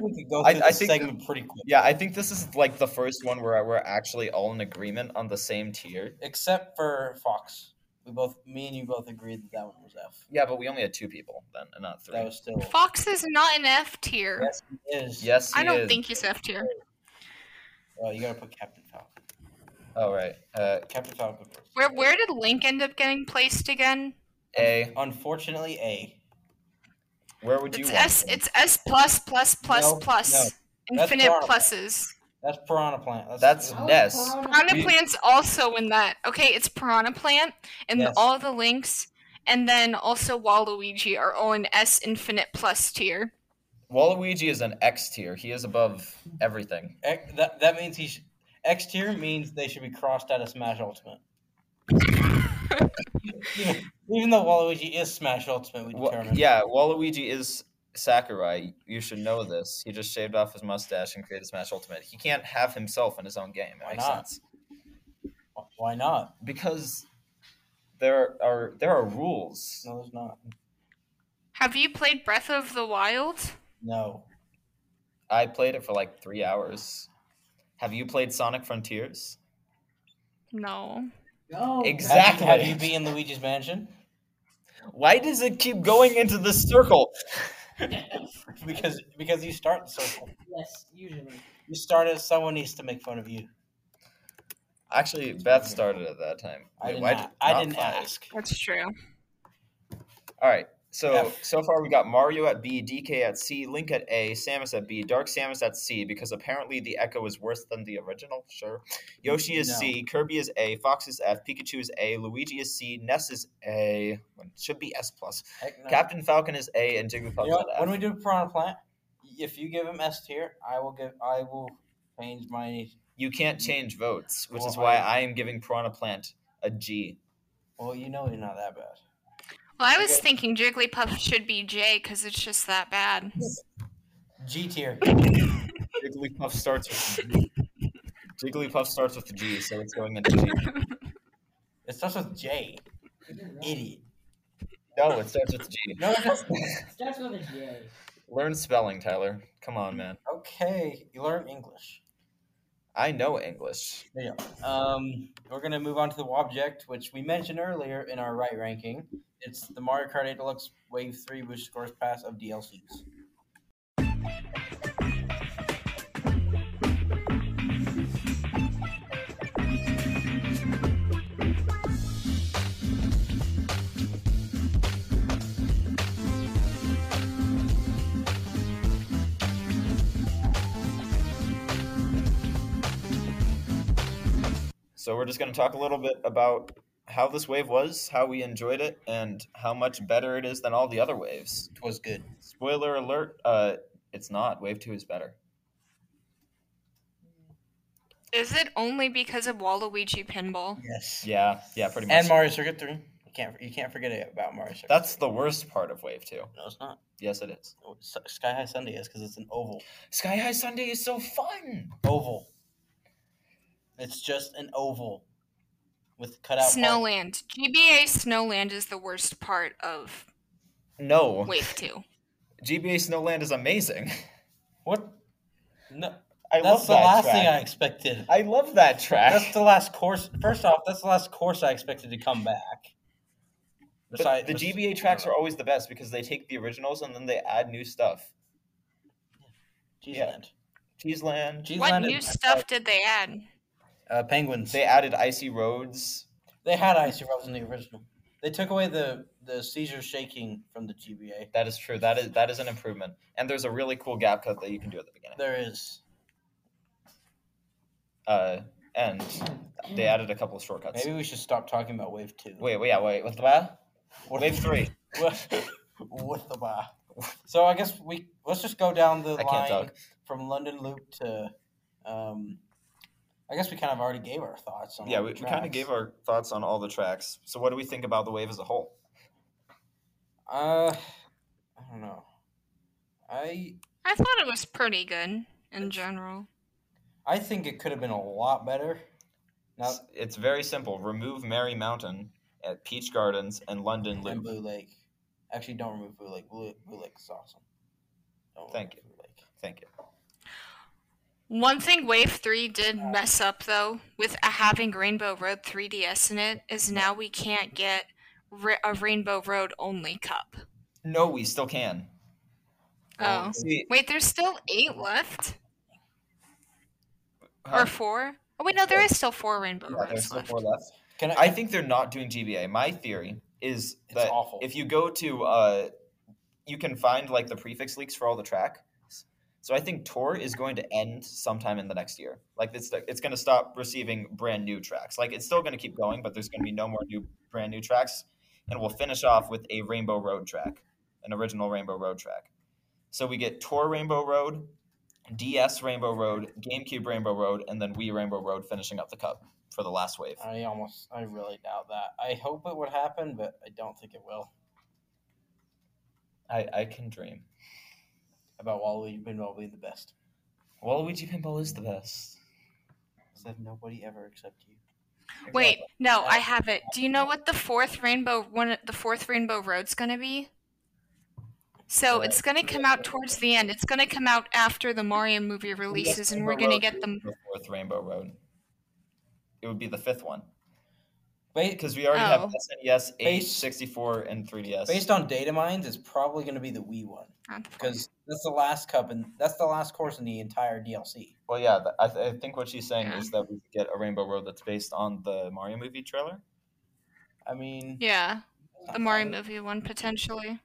we could go I- through I this think segment pretty quick, yeah, I think this is like the first one where we're actually all in agreement on the same tier. except for Fox. We both, me and you both agreed that that one was F. Yeah, but we only had two people then, and not three. That was still Fox is not an F tier. yes, it is. yes, I he don't is. think he's F tier. Well, you gotta put Captain Falcon. Oh right. Uh, Um, Captain Falcon. first. Where where did Link end up getting placed again? A. Unfortunately, A. Where would you It's want? S. him? It's S plus plus plus No, no. plus. That's Infinite Piranha Plant. pluses. That's Piranha Plant. That's, That's Ness. Piranha You- Plant's also in that. Okay, it's Piranha Plant and Yes. all the links, and then also Waluigi are all in S Infinite Plus tier. Waluigi is an X tier. He is above everything. X, that. That means he. Sh- X tier means they should be crossed out of Smash Ultimate. Even though Waluigi is Smash Ultimate, we Wa- determined. yeah, Waluigi is Sakurai. You should know this. He just shaved off his mustache and created Smash Ultimate. He can't have himself in his own game. It Why makes not? sense. Why not? Because there are there are rules. No, there's not. Have you played Breath of the Wild? No. I played it for like three hours. Have you played Sonic Frontiers? No. no. Exactly. Have you, have you been in Luigi's Mansion? Why does it keep going into this circle? Because because you start the circle. Yes, usually. You start it. Someone needs to make fun of you. Actually, Beth started at that time. I Wait, did why not. did- I didn't Fox? ask. That's true. All right. So F. so far we got Mario at B, DK at C, Link at A, Samus at B, Dark Samus at C because apparently the Echo is worse than the original. Sure. Yoshi is No. C, Kirby is A, Fox is F, Pikachu is A, Luigi is C, Ness is A. well, it Should be S plus. Heck no. Captain Falcon is A, and Jigglypuff You know, is at F. when we do Piranha Plant, if you give him S tier, I will give. I will change my. you can't change votes, which is Well, why I- I am giving Piranha Plant a G. Well, you know he's not that bad. Well, I was thinking Jigglypuff should be J because it's just that bad. G tier. Jigglypuff starts with G. Jigglypuff starts with G, so it's going into G. It starts with J. Idiot. No, it starts with G. No, it doesn't. Starts with a J. Learn spelling, Tyler. Come on, man. okay. You learn English. I know English. There you go. Um, we're gonna move on to the object, which we mentioned earlier in our right ranking. It's the Mario Kart 8 Deluxe Wave 3, which scores pass of DLCs. So we're just going to talk a little bit about how this wave was, how we enjoyed it, and how much better it is than all the other waves. It was good. Spoiler alert, uh, it's not. Wave 2 is better. Is it only because of Waluigi Pinball? Yes. Yeah, yeah, pretty much. And Mario Circuit 3. You can't you can't forget it about Mario Circuit. That's the worst part of Wave 2. no, it's not. Yes, it is. S- Sky High Sunday is because it's an oval. Sky High Sunday is so fun. Oval. It's just an oval with cutout. parts. Snowland. GBA Snowland is the worst part of No, Wave 2. GBA Snowland is amazing. What? No, I that's love the that last track. thing I expected. I love that track. That's the last course. First off, that's the last course I expected to come back. But Besides, the GBA tracks are always the best because they take the originals and then they add new stuff. yeah. Cheeseland. Cheeseland. Cheeseland What and- new stuff did they add? Uh, penguins. They They, added icy roads. had icy rubs in the original. They took away the the seizure shaking from the GBA. That is true. That is that is an improvement. And there's a really cool gap cut that you can do at the beginning. There is. Uh, and they added a couple of shortcuts. Maybe we should stop talking about Wave Two. Wait, wait, yeah, wait. What's that? What- Wave three. What the bar? So I guess we let's just go down the I line can't talk. from London Loop to. Um, I guess we kind of already gave our thoughts on. Yeah, all we, the we kind of tracks. gave our thoughts on all the tracks. So what do we think about the wave as a whole? Uh, I don't know. I I thought it was pretty good in general. I think it could have been a lot better. Now It's, it's very simple. Remove Mary Mountain at Peach Gardens and London and Loop. Blue Lake. Actually, don't remove Blue Lake. Blue, Blue Lake is awesome. Don't Thank remove Blue Lake. Thank you. One thing Wave 3 did mess up though, with having Rainbow Road 3DS in it, is now we can't get ri- a Rainbow Road only cup. No, we still can. Oh. See, Wait, there's still eight left? huh? Or four? Oh, wait, no, there is still four Rainbow Yeah, there's Roads still left. four left. Can I? I think they're not doing GBA. My theory is It's that awful. if you go to, uh, you can find like the prefix leaks for all the tracks. So I think Tor is going to end sometime in the next year. Like it's it's going to stop receiving brand new tracks. Like it's still going to keep going, but there's going to be no more new brand new tracks, and we'll finish off with a Rainbow Road track, an original Rainbow Road track. So we get Tor Rainbow Road, DS Rainbow Road, GameCube Rainbow Road, and then Wii Rainbow Road, finishing up the cup for the last wave. I almost. I really doubt that. I hope it would happen, but I don't think it will. I, I can dream. About Waluigi Pinball being the best. Waluigi Pinball is the best. Except nobody ever except you. Wait, no, I have it. Do you know what the fourth Rainbow one the fourth Rainbow Road's gonna be? So it's gonna come out towards the end. It's gonna come out after the Mario movie releases, and we're gonna get them. The fourth Rainbow Road. It would be the fifth one Ba- because we already Oh. have E SNES, H Based- sixty four, and three DS. Based on data mines, it's probably going to be the Wii one uh, because that's the last cup and that's the last course in the entire DLC. well, yeah, th- I, th- I think what she's saying Yeah. is that we could get a Rainbow Road that's based on the Mario movie trailer. I mean, Yeah, the Mario movie one potentially.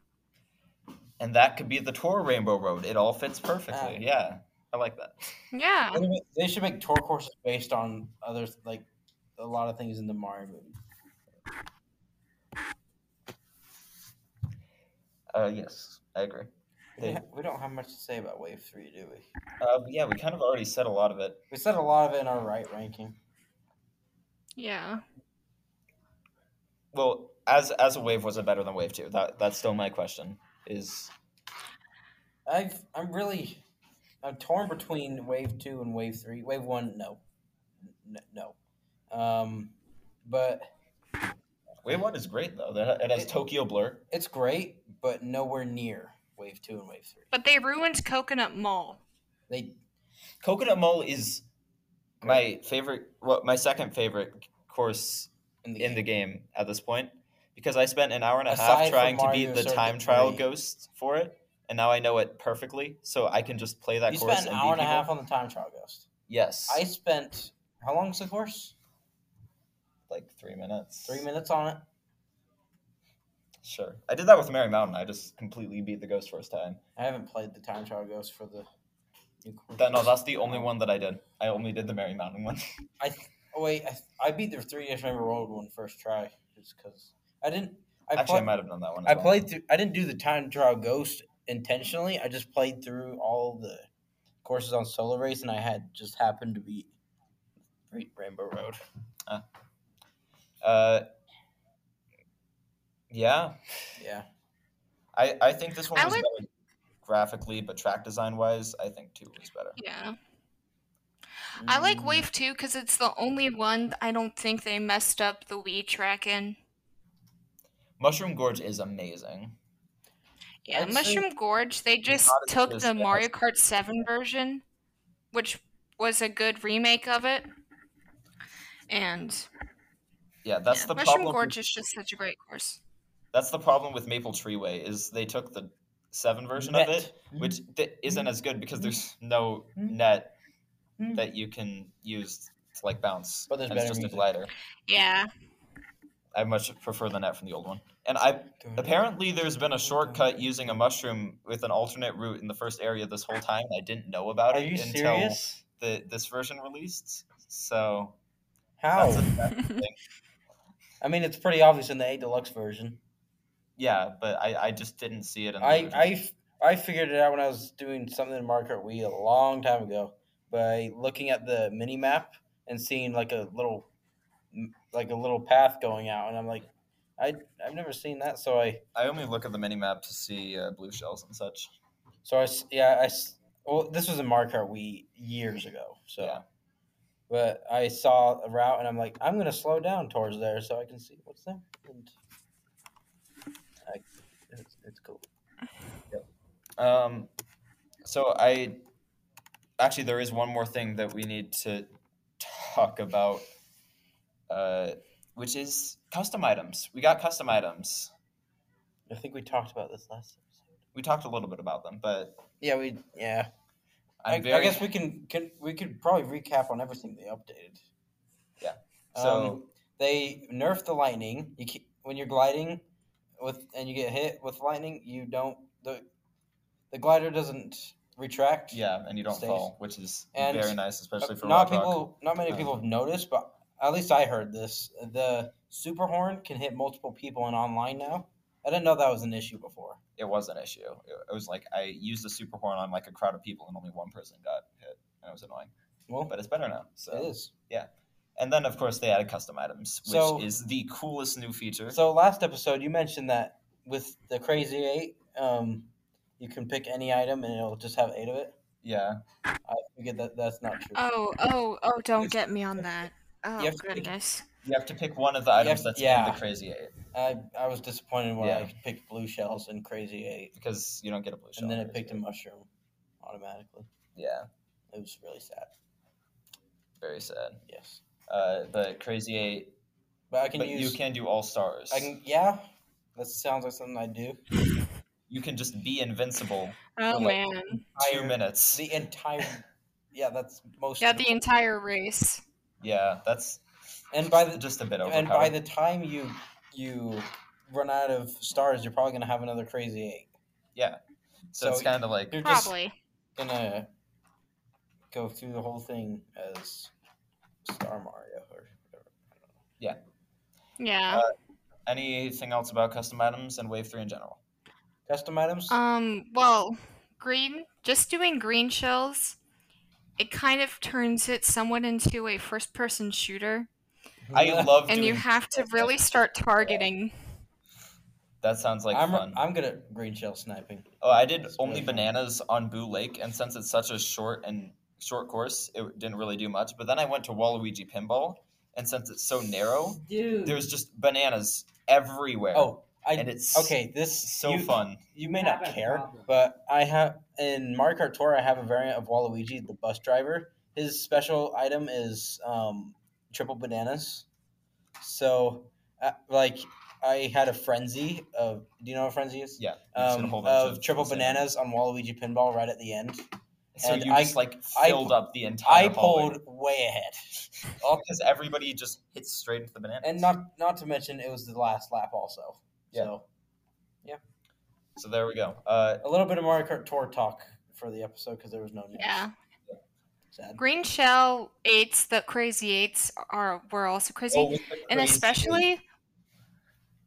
And that could be the Tor Rainbow Road. It all fits Uh. perfectly. yeah, I like that. Yeah. They should make- They should make tour courses based on other like a lot of things in the Mario movie. Uh, yes, I agree. We, They- ha- we don't have much to say about Wave Three, do we? Uh, but yeah, we kind of already said a lot of it. We said a lot of it in our right ranking. Yeah. Well, as as a wave, was it better than Wave Two? That that's still my question. Is I've I'm really I'm torn between Wave Two and Wave Three. Wave One, no, N- no, um, but Wave One is great though. That it has It- Tokyo Blur. it's great, but nowhere near Wave Two and Wave Three. But they ruined Coconut Mall. They Coconut Mall is my favorite. Well, my second favorite course in the, in the game. game at this point because I spent an hour and a Aside half from trying to Mario beat the Circuit time trial three. ghost for it, and now I know it perfectly, so I can just play that you course. spent an and hour and beat a half people. on the time trial ghost. Yes, I spent how long is the course? like three minutes. Three minutes on it. Sure, I did that with Mary Mountain. I just completely beat the ghost first time. I haven't played the time trial ghost for the new course. That, no, that's the only one that I did. I only did the Mary Mountain one. I th- oh wait, I, th- I beat the three dash member rolled one first try just because I didn't. I Actually, play- I might have done that one. as I well. played through. I didn't do the time trial ghost intentionally. I just played through all the courses on solo race, and I had just happened to beat Ra- Rainbow Road. Uh, yeah, Yeah, I, I think this one I was would- better graphically, but track design wise, I think two was better. Yeah. I Mm. like Mm. Wave 2 because it's the only one I don't think they messed up the Wii track in. Mushroom Gorge is amazing. Yeah, I'd say Mushroom Gorge, they just not as good took as the the Mario Kart 7 version, which was a good remake of it. And Yeah, that's yeah, the Mushroom problem. Gorge is just such a great course. That's the problem with Maple Treeway is they took the seven version of Net. Mm-hmm. it, which th- isn't as good because there's no net that you can use to like bounce. Mm-hmm. But there's and better it's just a music. glider. Yeah. I much prefer the net from the old one. And I Mm-hmm. apparently there's been a shortcut using a mushroom with an alternate route in the first area this whole time. and I didn't know about Ah. Are it you until serious? the this version released. So How? that's a- I mean, it's pretty obvious in the eight deluxe version. yeah, but I, I just didn't see it. In the I original. I f- I figured it out when I was doing something in Mario Kart Wii a long time ago by looking at the mini map and seeing like a little like a little path going out, and I'm like, I I've never seen that, so I I only look at the minimap to see uh, blue shells and such. So I s- yeah I s- well this was in Mario Kart Wii years ago so Yeah. but I saw a route and I'm like I'm gonna slow down towards there so I can see what's there and I, it's, it's cool Um, so I actually there is one more thing that we need to talk about, uh, which is custom items. We got custom items. I think we talked about this last episode We talked a little bit about them, but yeah we yeah I'm I, very I guess we can, can we could probably recap on everything they updated so Um, they nerfed the lightning. You can, when you're gliding with and you get hit with lightning, you don't the the glider doesn't retract. yeah, and you don't stays. fall, which is And, very nice, Uh, especially for not Rock Rock. people. Not many people have noticed, but at least I heard this. The super horn can hit multiple people in online now. I didn't know that was an issue before. It was an issue. It, it was like I used the super horn on like a crowd of people, and only one person got hit, and it was annoying. Well, But uh, it's better now. So it is. And then, of course, they added custom items, which So- is the coolest new feature. So last episode, you mentioned that with the crazy eight, um, you can pick any item and it'll just have eight of it. yeah, I figured that that's not true. Oh, oh, oh, don't get me on that. Oh, have to- goodness. you have to pick one of the items have- that's in yeah. the Crazy Eight I, I was disappointed when Yeah. I picked blue shells and crazy eight, because you don't get a blue shell. and then in it picked a Crazy mushroom automatically. Eight. Yeah, It was really sad. very sad. Yes, Uh, the Crazy Eight, but I can but use. you can do all stars. I can. Yeah, that sounds like something I do. You can just be invincible Well, Oh, like- man. two Entire- minutes. The entire. Yeah, that's most. Yeah, the entire race. Yeah, that's and by the just a bit overpowered. and by the time you you run out of stars, you're probably going to have another crazy eight. Yeah. So, So it's kind of like You're just Probably. going to go through the whole thing as Star Mario or whatever. Yeah. anything else about custom items and Wave Three in general. Custom items? Uh, um, well, green, just doing green shells, it kind of turns it somewhat into a first person shooter. I love And you doing- have to really start targeting. That sounds like I'm, fun. I'm good at green shell sniping. oh, I did It's only really fun. bananas on Boo Lake, and since it's such a short and short course, it didn't really do much. But then I went to Waluigi Pinball, and since it's so narrow, Dude. there's just bananas everywhere. Oh, I and it's okay. This so you- fun. You may I not have a care, problem. but I have in Mario Kart Tour. I have a variant of Waluigi, the bus driver. His special item is um, triple bananas. So, uh, like, I had a frenzy of. Do you know what frenzy is? Yeah, you just hit Um, a whole bunch of of triple those in. bananas on Waluigi pinball right at the end. So and you I- just like I filled pu- up the entire. I hallway. pulled way ahead, all because everybody just hits straight into the bananas. and not not to mention it was the last lap also. Yeah. So so there we go. Uh, a little bit of Mario Kart Tour talk for the episode because there was no news. Yeah. Sad. Green shell eights, the crazy eights are were also crazy. Oh, well, with the and crazy- especially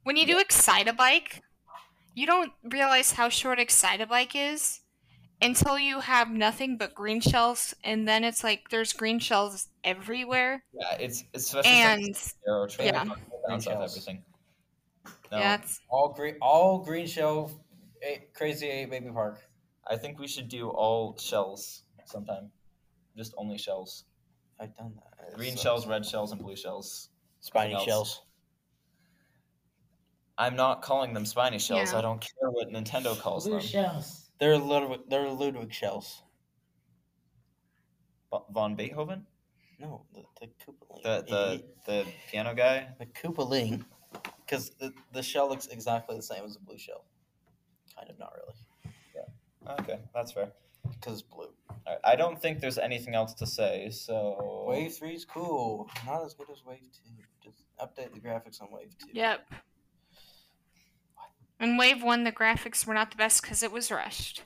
when you do Excitebike, you don't realize how short Excitebike is until you have nothing but green shells, and then it's like there's green shells everywhere, yeah, it's especially since and it's narrow trail, yeah. you can bounce off Shells. everything. No, yeah, it's, All green, all green shell, eight, crazy eight baby park. I think we should do all shells sometime. Just only shells. I've done that. Green So- shells, red shells, and blue shells. spiny else. shells. I'm not calling them spiny shells. Yeah. I don't care what Nintendo calls blue them. shells. They're Ludwig, they're Ludwig shells. Bo- Von Beethoven, No, the, the Koopaling. the the, idiot. the piano guy. the Koopaling, because the, the shell looks exactly the same as a blue shell. Kind of not really, Okay, that's fair. because it's blue. All right, I don't think there's anything else to say. So Wave three's cool, not as good as wave two. Just update the graphics on wave two. yep. And Wave One, the graphics were not the best because it was rushed.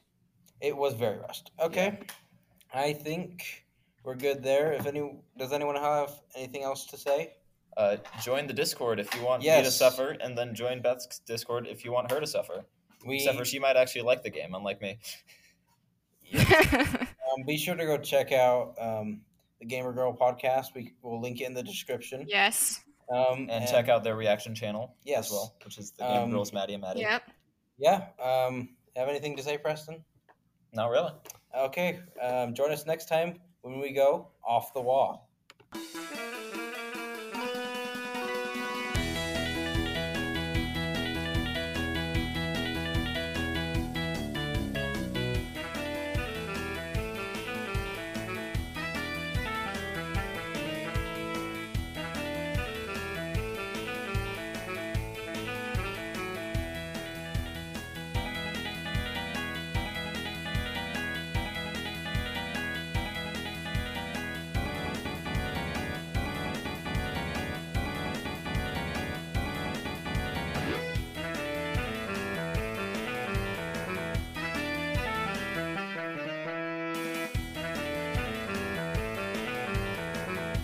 It was very rushed. Okay. I think we're good there. If any does anyone have anything else to say? Uh, join the Discord if you want me to Yes. suffer, and then join Beth's Discord if you want her to suffer. We Except for she might actually like the game, unlike me. um, be sure to go check out um, the Gamer Girl podcast. We will link it in the description. yes. Um, And, check out their reaction channel yes as well, which is the Game Um, Girls Maddie and Maddie. Yep. Yeah. Um, have anything to say, Preston? Not really. Okay. Um, join us next time when we go off the wall.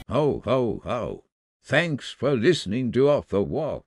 Ho, ho, ho. Thanks for listening to Off the Wall.